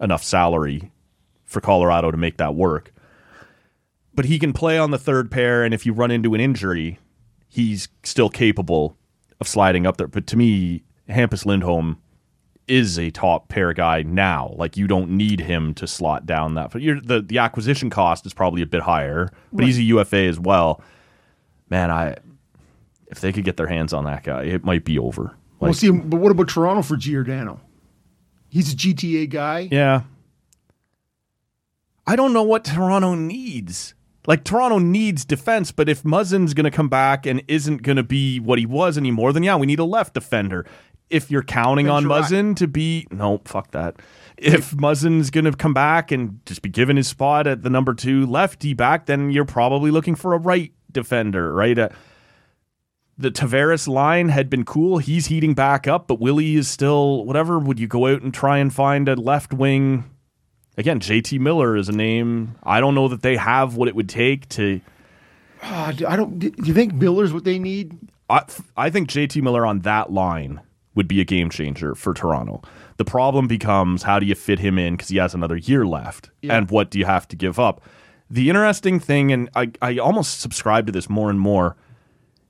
enough salary for Colorado to make that work. But he can play on the third pair, and if you run into an injury, he's still capable of sliding up there. But to me, Hampus Lindholm is a top pair guy now. Like you don't need him to slot down that. But you're, the the acquisition cost is probably a bit higher, but he's a UFA as well. Man, I if they could get their hands on that guy, it might be over. Well, Like, see, but what about Toronto for Giordano? He's a GTA guy. yeah. I don't know what Toronto needs. Like Toronto needs defense, but if Muzzin's going to come back and isn't going to be what he was anymore, then yeah, we need a left defender. If you're counting Ben on Chirac. Muzzin to be no, fuck that. If Muzzin's going to come back and just be given his spot at the number two lefty back, then you're probably looking for a right defender, right? Uh, the Tavares line had been cool. He's heating back up, but Willie is still whatever. Would you go out and try and find a left wing? Again, JT Miller is a name. I don't know that they have what it would take to. Ah, do- I don't. Do do you think Miller's what they need? I, I think JT Miller on that line would be a game changer for Toronto. The problem becomes how do you fit him in because he has another year left, and what do you have to give up? The interesting thing, and I, I almost subscribe to this more and more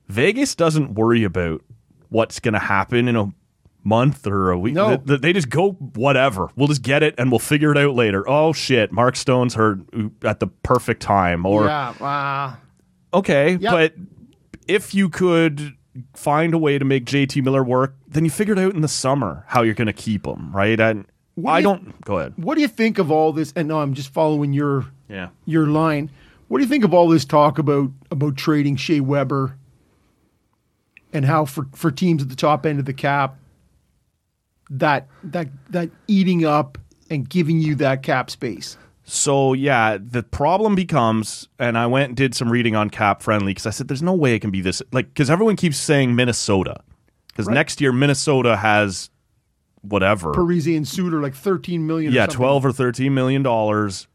Vegas doesn't worry about what's going to happen in a month or a week. No. Th- th- They, just go whatever. We'll just get it and we'll figure it out later. Oh shit, Mark Stone's hurt at the perfect time or yeah, uh, wow. okay, Yeah. but if you could find a way to make JT Miller work, then you figured out in the summer how you're going to keep him, right? And do I you- don't go ahead. what do you think of all this? And no, I'm just following your Yeah. your line. What do you think of all this talk about about trading Shea Weber and how for for teams at the top end of the cap that that that eating up and giving you that cap space? So yeah, the problem becomes, and I went and did some reading on cap friendly because I said there's no way it can be this like because everyone keeps saying Minnesota because next year Minnesota has whatever Parisian suitor like 13 million. or yeah something. twelve or thirteen million dollars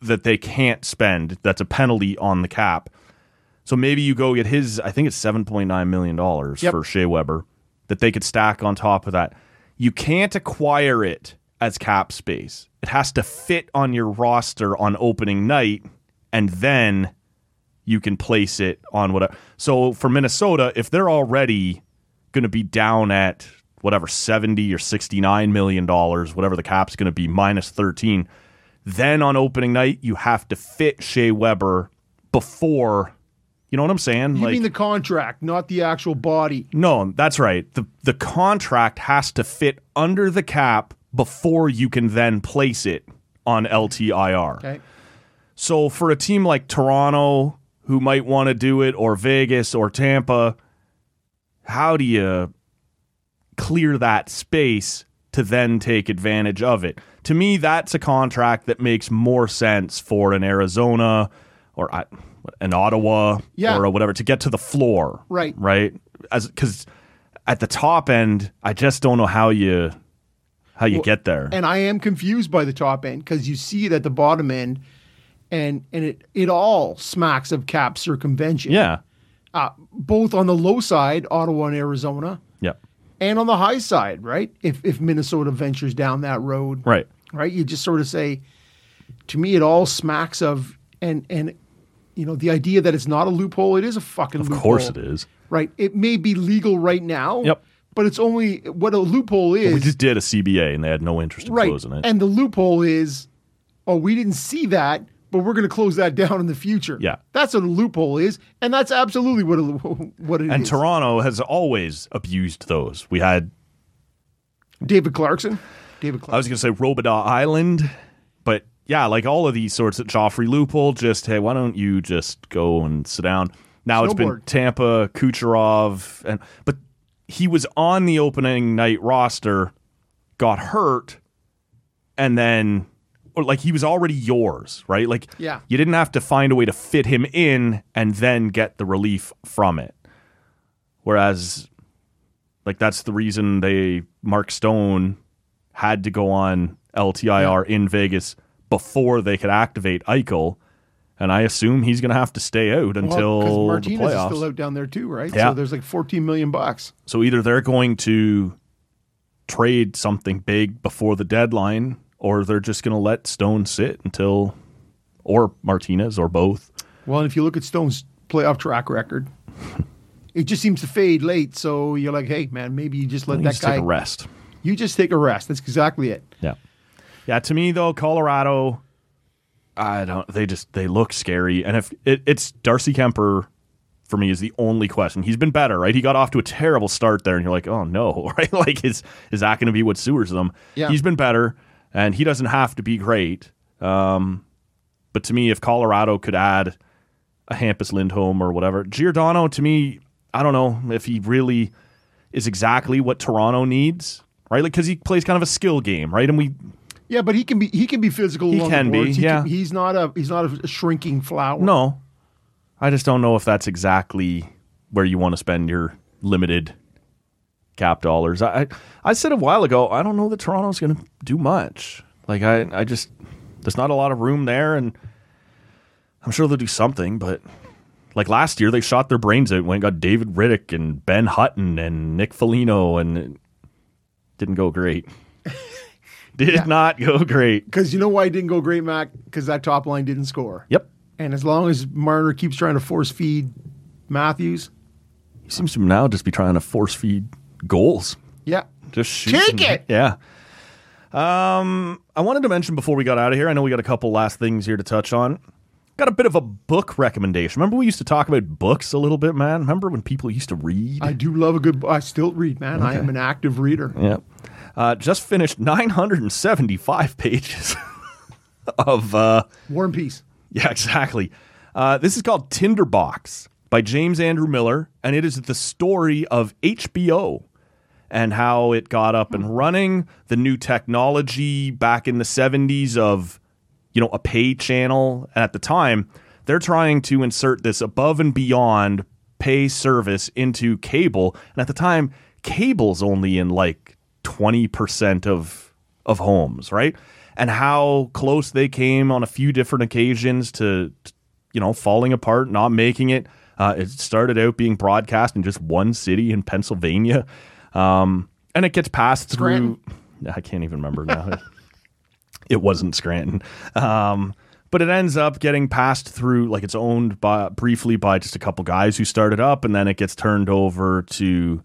that they can't spend. That's a penalty on the cap. So maybe you go get his. I think it's seven point nine million dollars Yep. for Shea Weber that they could stack on top of that. You can't acquire it as cap space. It has to fit on your roster on opening night, and then you can place it on whatever. So for Minnesota, if they're already going to be down at whatever 70 or 69 million dollars, whatever the cap's going to be minus 13, then on opening night you have to fit Shea Weber before you know what I'm saying? You like mean the contract, not the actual body. No, that's right. The the contract has to fit under the cap before you can then place it on LTIR. Okay. So for a team like Toronto who might want to do it or Vegas or Tampa, how do you clear that space to then take advantage of it? To me, that's a contract that makes more sense for an Arizona or I- an Ottawa Yeah. or a whatever to get to the floor. Right. Right? As cuz at the top end, I just don't know how you how you get there. and I am confused by the top end because you see it at the bottom end, and and it it all smacks of cap circumvention. yeah. both on the low side, Ottawa and Arizona, Yeah. and on the high side, right? If if Minnesota ventures down that road, Right. right, you just sort of say, to me, it all smacks of and and you know the idea that it's not a loophole, it is a fucking loophole. Of course it is. right? It may be legal right now, Yep. but it's only what a loophole is. We just did a CBA and they had no interest in right. closing it. And the loophole is, oh, we didn't see that, but we're going to close that <laughs> down in the future. Yeah. that's what a loophole is, and that's absolutely what a loo- what it And is. Toronto has always abused those. We had, David Clarkson, David Clarkson. I was going to say Robidaw Island, but yeah, like all of these sorts of Joffrey Loophole, just, hey, why don't you just go and sit down? Now it's been Snowboard. Tampa, Kucherov, and but he was on the opening night roster, got hurt, and then or like he was already yours, right? Like Yeah. you didn't have to find a way to fit him in and then get the relief from it. Whereas like that's the reason they Mark Stone had to go on LTIR in Vegas before they could activate Eichel. And I assume he's going to have to stay out until because the Martinez playoffs. is still out down there too, right? Yeah. So there's like 14 million bucks. So either they're going to trade something big before the deadline, or they're just going to let Stone sit until, or Martinez, or both. Well, and if you look at Stone's playoff <laughs> track record, it just seems to fade late. So you're like, hey man, maybe you just let You that just guy. take a rest. You just take a rest. That's exactly it. Yeah, yeah. To me though, Colorado, I don't. They just they look scary, and if it, it's Darcy Kemper. For me, is the only question. He's been better, right? He got off to a terrible start there, and you're like, oh no, <laughs> right? Like, is is that going to be what sewers them? Yeah. He's been better, and he doesn't have to be great. Um, But to me, if Colorado could add a Hampus Lindholm or whatever, Giordano to me, I don't know if he really is exactly what Toronto needs, right? Like because he plays kind of a skill game, right? And we Yeah, but he can be he can be physical. He along can the be, boards. yeah. he's not a he's not a shrinking flower. no, I just don't know if that's exactly where you want to spend your limited cap dollars. I I, I said a while ago, I don't know that Toronto's going to do much. Like I I just there's not a lot of room there, and I'm sure they'll do something, but like last year they shot their brains out and went and got David Riddick and Ben Hutton and Nick Foligno and it didn't go great. Did not go great. because you know why it didn't go great, Mac? Because that top line didn't score. Yep. And as long as Marner keeps trying to force feed Matthews, He's seems to now just be trying to force feed goals. Yeah. Just shoot Take and- it! Yeah. Um, I wanted to mention before we got out of here. I know we got a couple last things here to touch on. Got a bit of a book recommendation. Remember we used to talk about books a little bit, man. Remember when people used to read? I do love a good. I still read, man. I am an active reader. Yeah. Uh, just finished 975 pages <laughs> of. Uh, War and Peace. <laughs> yeah, exactly. Uh, this is called Tinderbox by James Andrew Miller, and it is the story of HBO and how it got up and running, the new technology back in the 70s of, you know, a pay channel. And at the time, they're trying to insert this above and beyond pay service into cable. And at the time, cable's only in like 20% of of homes, right? And how close they came on a few different occasions to, t- you know, falling apart, not making it. Uh, it started out being broadcast in just one city in Pennsylvania, um, and it gets passed through. <laughs> I can't even remember now. it wasn't Scranton, um, but it ends up getting passed through. Like it's owned by briefly by just a couple guys who started up, and then it gets turned over to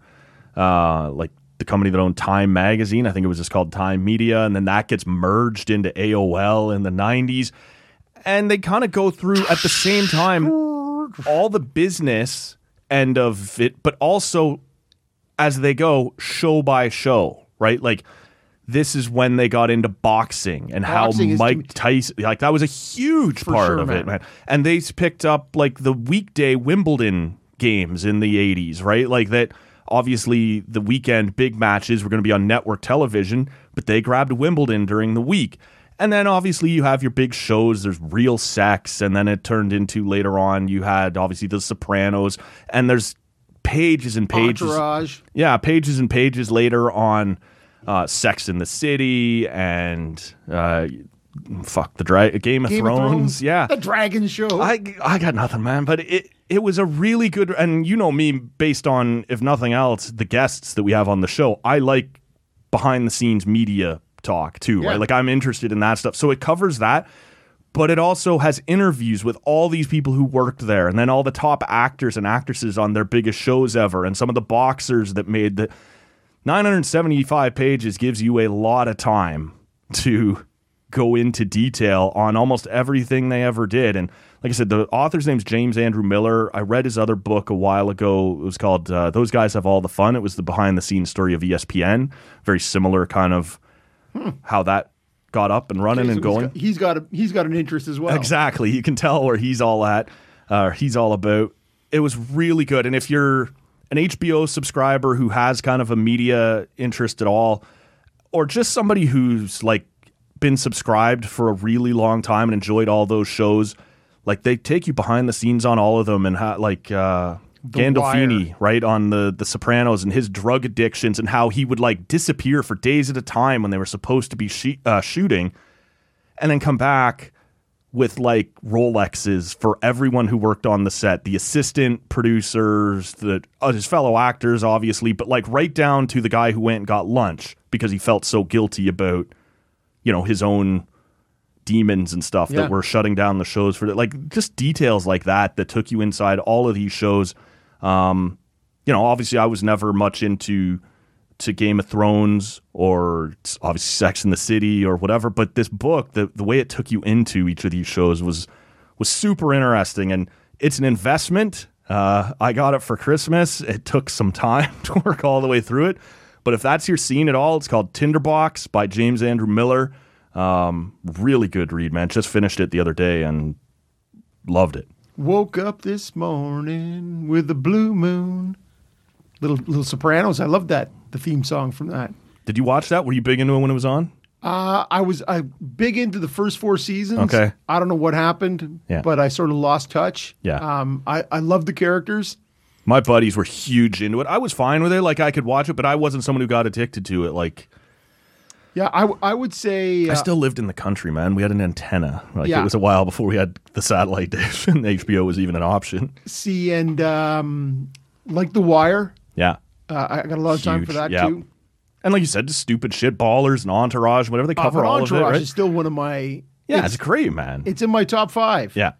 uh, like the company that owned Time Magazine. I think it was just called Time Media, and then that gets merged into AOL in the '90s. And they kind of go through at the same time all the business end of it, but also as they go show by show, right? Like this is when they got into boxing and Boxing how is- Mike Tyson, like that was a huge part sure, of it, man. man. And they picked up like the weekday Wimbledon games in the 80s, right? Like that obviously the weekend big matches were going to be on network television, but they grabbed Wimbledon during the week. And then obviously you have your big shows, there's real sex, and then it turned into later on you had obviously the Sopranos, and there's pages and pages Entourage. yeah, pages and pages later on uh, Sex in the City and uh, fuck the dra- Game, of, Game Thrones. of Thrones. Yeah, The Dragon Show. I I got nothing, man. But it it was a really good, and you know me, based on if nothing else, the guests that we have on the show. I like behind the scenes media talk too, Yeah. right? Like I'm interested in that stuff, so it covers that. But it also has interviews with all these people who worked there, and then all the top actors and actresses on their biggest shows ever, and some of the boxers that made the 975 pages gives you a lot of time to go into detail on almost everything they ever did. And like I said, the author's name's James Andrew Miller. I read his other book a while ago. It was called uh, Those Guys Have All the Fun. It was the behind the scenes story of E ESPN. Very similar kind of how that got up and running So and going. Hmm. He's got, he's got a, he's got an interest as well. Exactly. You can tell where he's all at, uh, or he's all about. It was really good. And if you're an HBO subscriber who has kind of a media interest at all, or just somebody who's like been subscribed for a really long time and enjoyed all those shows, like they take you behind the scenes on all of them and ha- like uh, Gandolfini, right on the the Sopranos and his drug addictions and how he would like disappear for days at a time when they were supposed to be she- uh, shooting, and then come back with like Rolexes for everyone who worked on the set, the assistant producers, the uh, his fellow actors, obviously, but like right down to the guy who went and got lunch because he felt so guilty about, you know, his own demons and stuff Yeah. that were shutting down the shows for like just details like that that took you inside all of these shows. Um, you know, obviously, I was never much into to Game of Thrones or s- obviously Sex in the City or whatever. But this book, the the way it took you into each of these shows was was super interesting, and it's an investment. Uh, I got it for Christmas. It took some time <laughs> to work all the way through it, but if that's your scene at all, it's called Tinderbox by James Andrew Miller. Um, really good read, man. Just finished it the other day and loved it. Woke up this morning with a blue moon. Little Little Sopranos. I love that. The theme song from that. Did you watch that? Were you big into it when it was on? Uh, I was I big into the first four seasons. Okay. I don't know what happened, Yeah. but I sort of lost touch. Yeah. Um, I, I love the characters. my buddies were huge into it. I was fine with it. Like I could watch it, but I wasn't someone who got addicted to it. Like Yeah, I, w- I would say I uh, still lived in the country, man. We had an antenna. Like Yeah. it was a while before we had the satellite dish <laughs> and HBO was even an option. see and um, like The Wire. Yeah. Uh, I I got a lot of time for Huge, that yeah. too. And like you said, just stupid shit, ballers and entourage, and whatever they Uh, cover but all of it, Entourage right? is still one of my. yeah, it's, it's great, man. it's in my top five. yeah.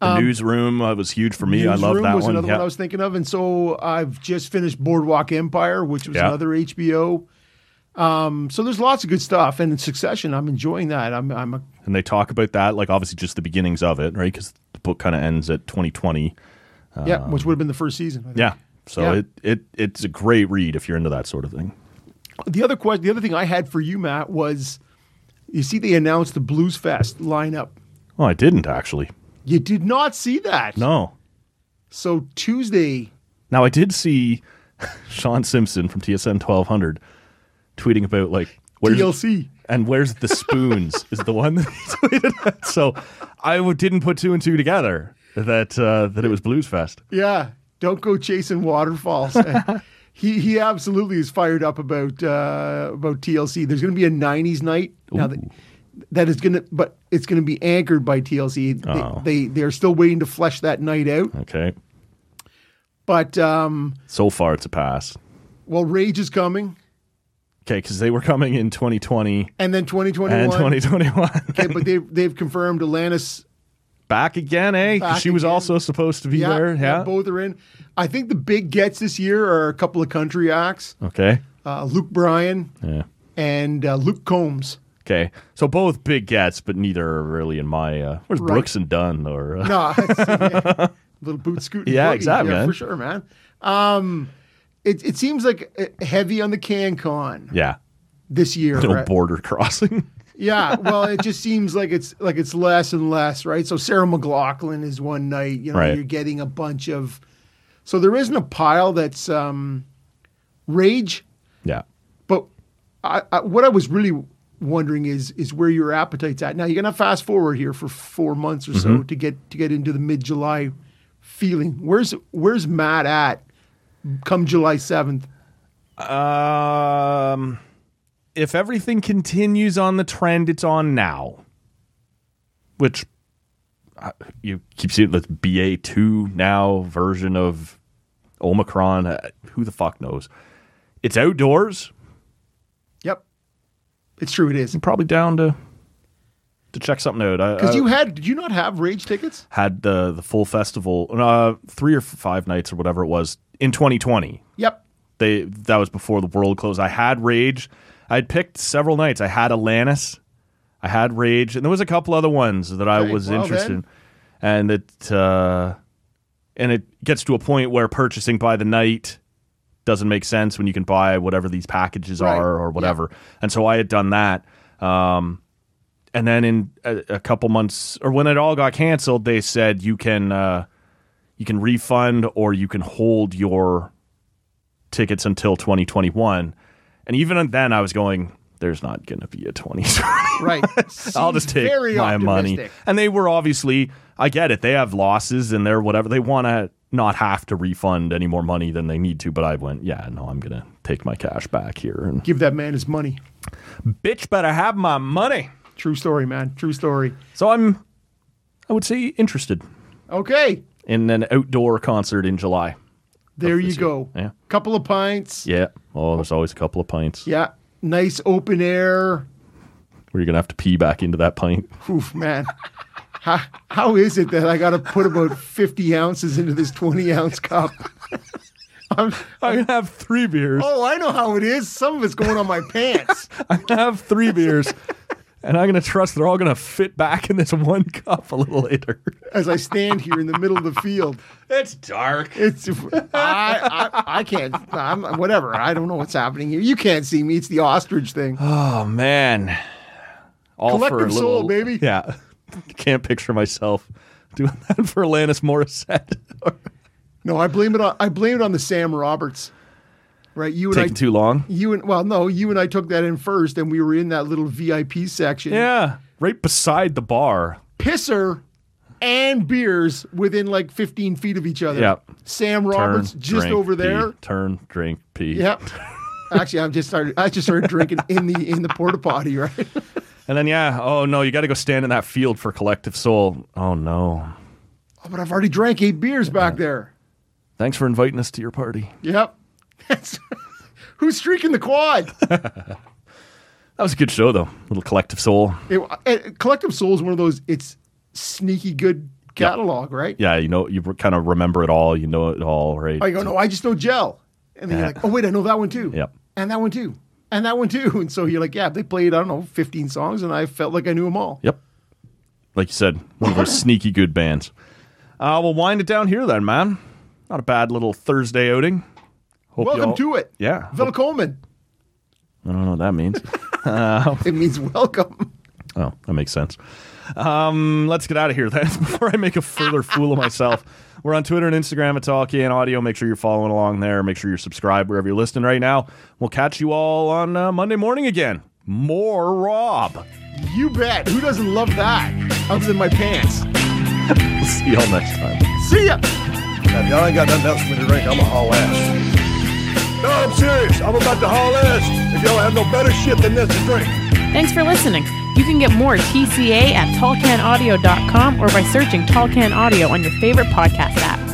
The newsroom uh, was huge for me. I love Newsroom that was one. another yeah. one I was thinking of, and so I've just finished Boardwalk Empire, which was Yeah. another HBO. Um, so there's lots of good stuff, and in Succession, I'm enjoying that. I'm, I'm a, and they talk about that, like obviously just the beginnings of it, right? Because the book kind of ends at 2020. yeah, which would have been the first season. I think. Yeah. So Yeah. it it it's a great read if you're into that sort of thing. The other question, the other thing I had for you, Matt, was you see they announced the Blues Fest lineup. Oh, I didn't actually. You did not see that. No. So Tuesday, Now I did see <laughs> Sean Simpson from TSN 1200 tweeting about like where's DLC. and where's the spoons is the one that he <laughs> tweeted. At. So I w- didn't put two and two together that uh, that it was Blues Fest. Yeah, don't go <laughs> chasing waterfalls. And he he absolutely is fired up about uh, about TLC. There's going to be a '90s night now that that is going to, but it's going to be anchored by TLC. They- Oh. They, they are still waiting to flesh that night out. Okay. But um, So far it's a pass. well, Rage is coming, Okay, because they were coming in 2020 and then 2021. and 2021. Okay, but they've they've confirmed Alanis. <laughs> Back again, eh? 'Cause Back she was again. also supposed to be there. Yeah. both are in. I think the big gets this year are a couple of country acts: okay. uh, Luke Bryan Oh. Yeah. and uh, Luke Combs. Okay. So both big gets, but neither are really in my. Uh, where's Right. Brooks and Dunn or? Uh, No, <laughs> it's- yeah. little boot scooting. Yeah, boogie. exactly, man. for sure, man. Um, it it seems like uh, heavy on the CanCon Yeah. <laughs> this year. No right? border crossing. Yeah, well, it just seems like it's like it's less and less, right? So Sarah McLaughlin is one night. You know, Right. you're getting a bunch of. So there isn't a pile that's um, rage, yeah. but I, I, what I was really wondering is is where your appetite's at. Now you're gonna fast forward here for four months or so to get to get into the mid July feeling. Where's where's Matt at come July seventh? Um, if everything continues on the trend it's on now, which uh, you keep seeing the BA two now version of Omicron, uh, who the fuck knows? It's outdoors. Yep, it's true. It is I'm probably down to to check something out. I- because I- you had did you not have rage tickets? had the the full festival, uh, three or five nights or whatever it was in 2020. Yep. They that was before the world closed. I had Rage. I'd picked several nights. I had Alanis. I had Rage, and there was a couple other ones that I Okay, was well interested then. in, and it uh, and it gets to a point where purchasing by the night doesn't make sense when you can buy whatever these packages Right. are or whatever. And so I had done that. Um, and then in a, a couple months or when it all got canceled, they said you can uh, you can refund or you can hold your tickets until 2021. And even then, I was going, "There's not going to be a 2020." Right. <laughs> I'll Seems just take very my money. optimistic. And they were obviously, I get it. They have losses and they're whatever. They want to not have to refund any more money than they need to. But I went, yeah, no, I'm going to take my cash back here. And Give that man his money. bitch, better have my money. True story, man. True story. So I'm, I would say, interested Okay, in an outdoor concert in July. there you this go. year. Yeah. Couple of pints. Yeah. Oh, there's always a couple of pints yeah. Nice open air. where you're going to have to pee back into that pint. Oof, man. <laughs> How, how is it that I got to put about 50 ounces into this 20 ounce cup? <laughs> I'm, <laughs> I'm going to have three <laughs> beers. oh, I know how it is. Some of it's going on my pants. I'm going to have three beers. And I'm going to trust they're all going to fit back in this one cup a little later. as I stand here in the middle of the field. It's dark. It's I I, I can't. I'm whatever. I don't know what's happening here. You can't see me. It's the <gasps> ostrich thing. Oh man. All Collective soul, baby. Yeah. <laughs> Can't picture myself doing that for Alanis Morissette. No, I blame it on I blame it on the Sam Roberts. Right? You and I Taking too long. you and well, no, you and I took that in first and we were in that little VIP section. Yeah. Right beside the bar. pisser and beers within like 15 feet of each other. Yep. Sam Roberts Turn, just drink, over pee. there. Turn, drink, pee. <laughs> Yep. Actually, I'm just started. I just started drinking in the in the porta potty, right? <laughs> And then yeah, oh no, you gotta go stand in that field for collective soul. Oh no. Oh, but I've already drank eight beers back there. Thanks for inviting us to your party. Yep. <laughs> That's, who's streaking the quad? That was a good show though. Little collective soul. It- uh, Collective Soul is one of those. It's sneaky good catalog, right? Yeah, you know, you kind of remember it all. You know it all, right? I go, no, I just know gel. And then you're Yeah. like, oh, wait, I know that one too. Yep. And that one too. And that one too. <laughs> And so you're like, yeah, they played, I don't know, 15 songs and I felt like I knew them all. Yep. Like you said, one of <laughs> those sneaky good bands. Uh, we'll wind it down here then, man. Not a bad little Thursday outing. Hope Welcome y'all- to it. Yeah. Velkommen. I don't know what that <laughs> means. It means welcome. Oh, that makes sense. Um, let's get out of here then <laughs> before I make a further fool of myself. We're on Twitter and Instagram at Talkie and Audio. Make sure you're following along there. Make sure you're subscribed wherever you're listening right now. We'll catch you all on uh, Monday morning again. More Rob. You bet. Who doesn't love that? Other than my pants. <laughs> See y'all next time. See ya. Now, if y'all ain't got nothing else for me to drink, I'm a haul ass. No, I'm serious. I'm about to haul ass. If y'all have no better shit than this to drink. Thanks for listening. You can get more TCA at tallcanaudio.com or by searching Tall Can Audio on your favorite podcast app.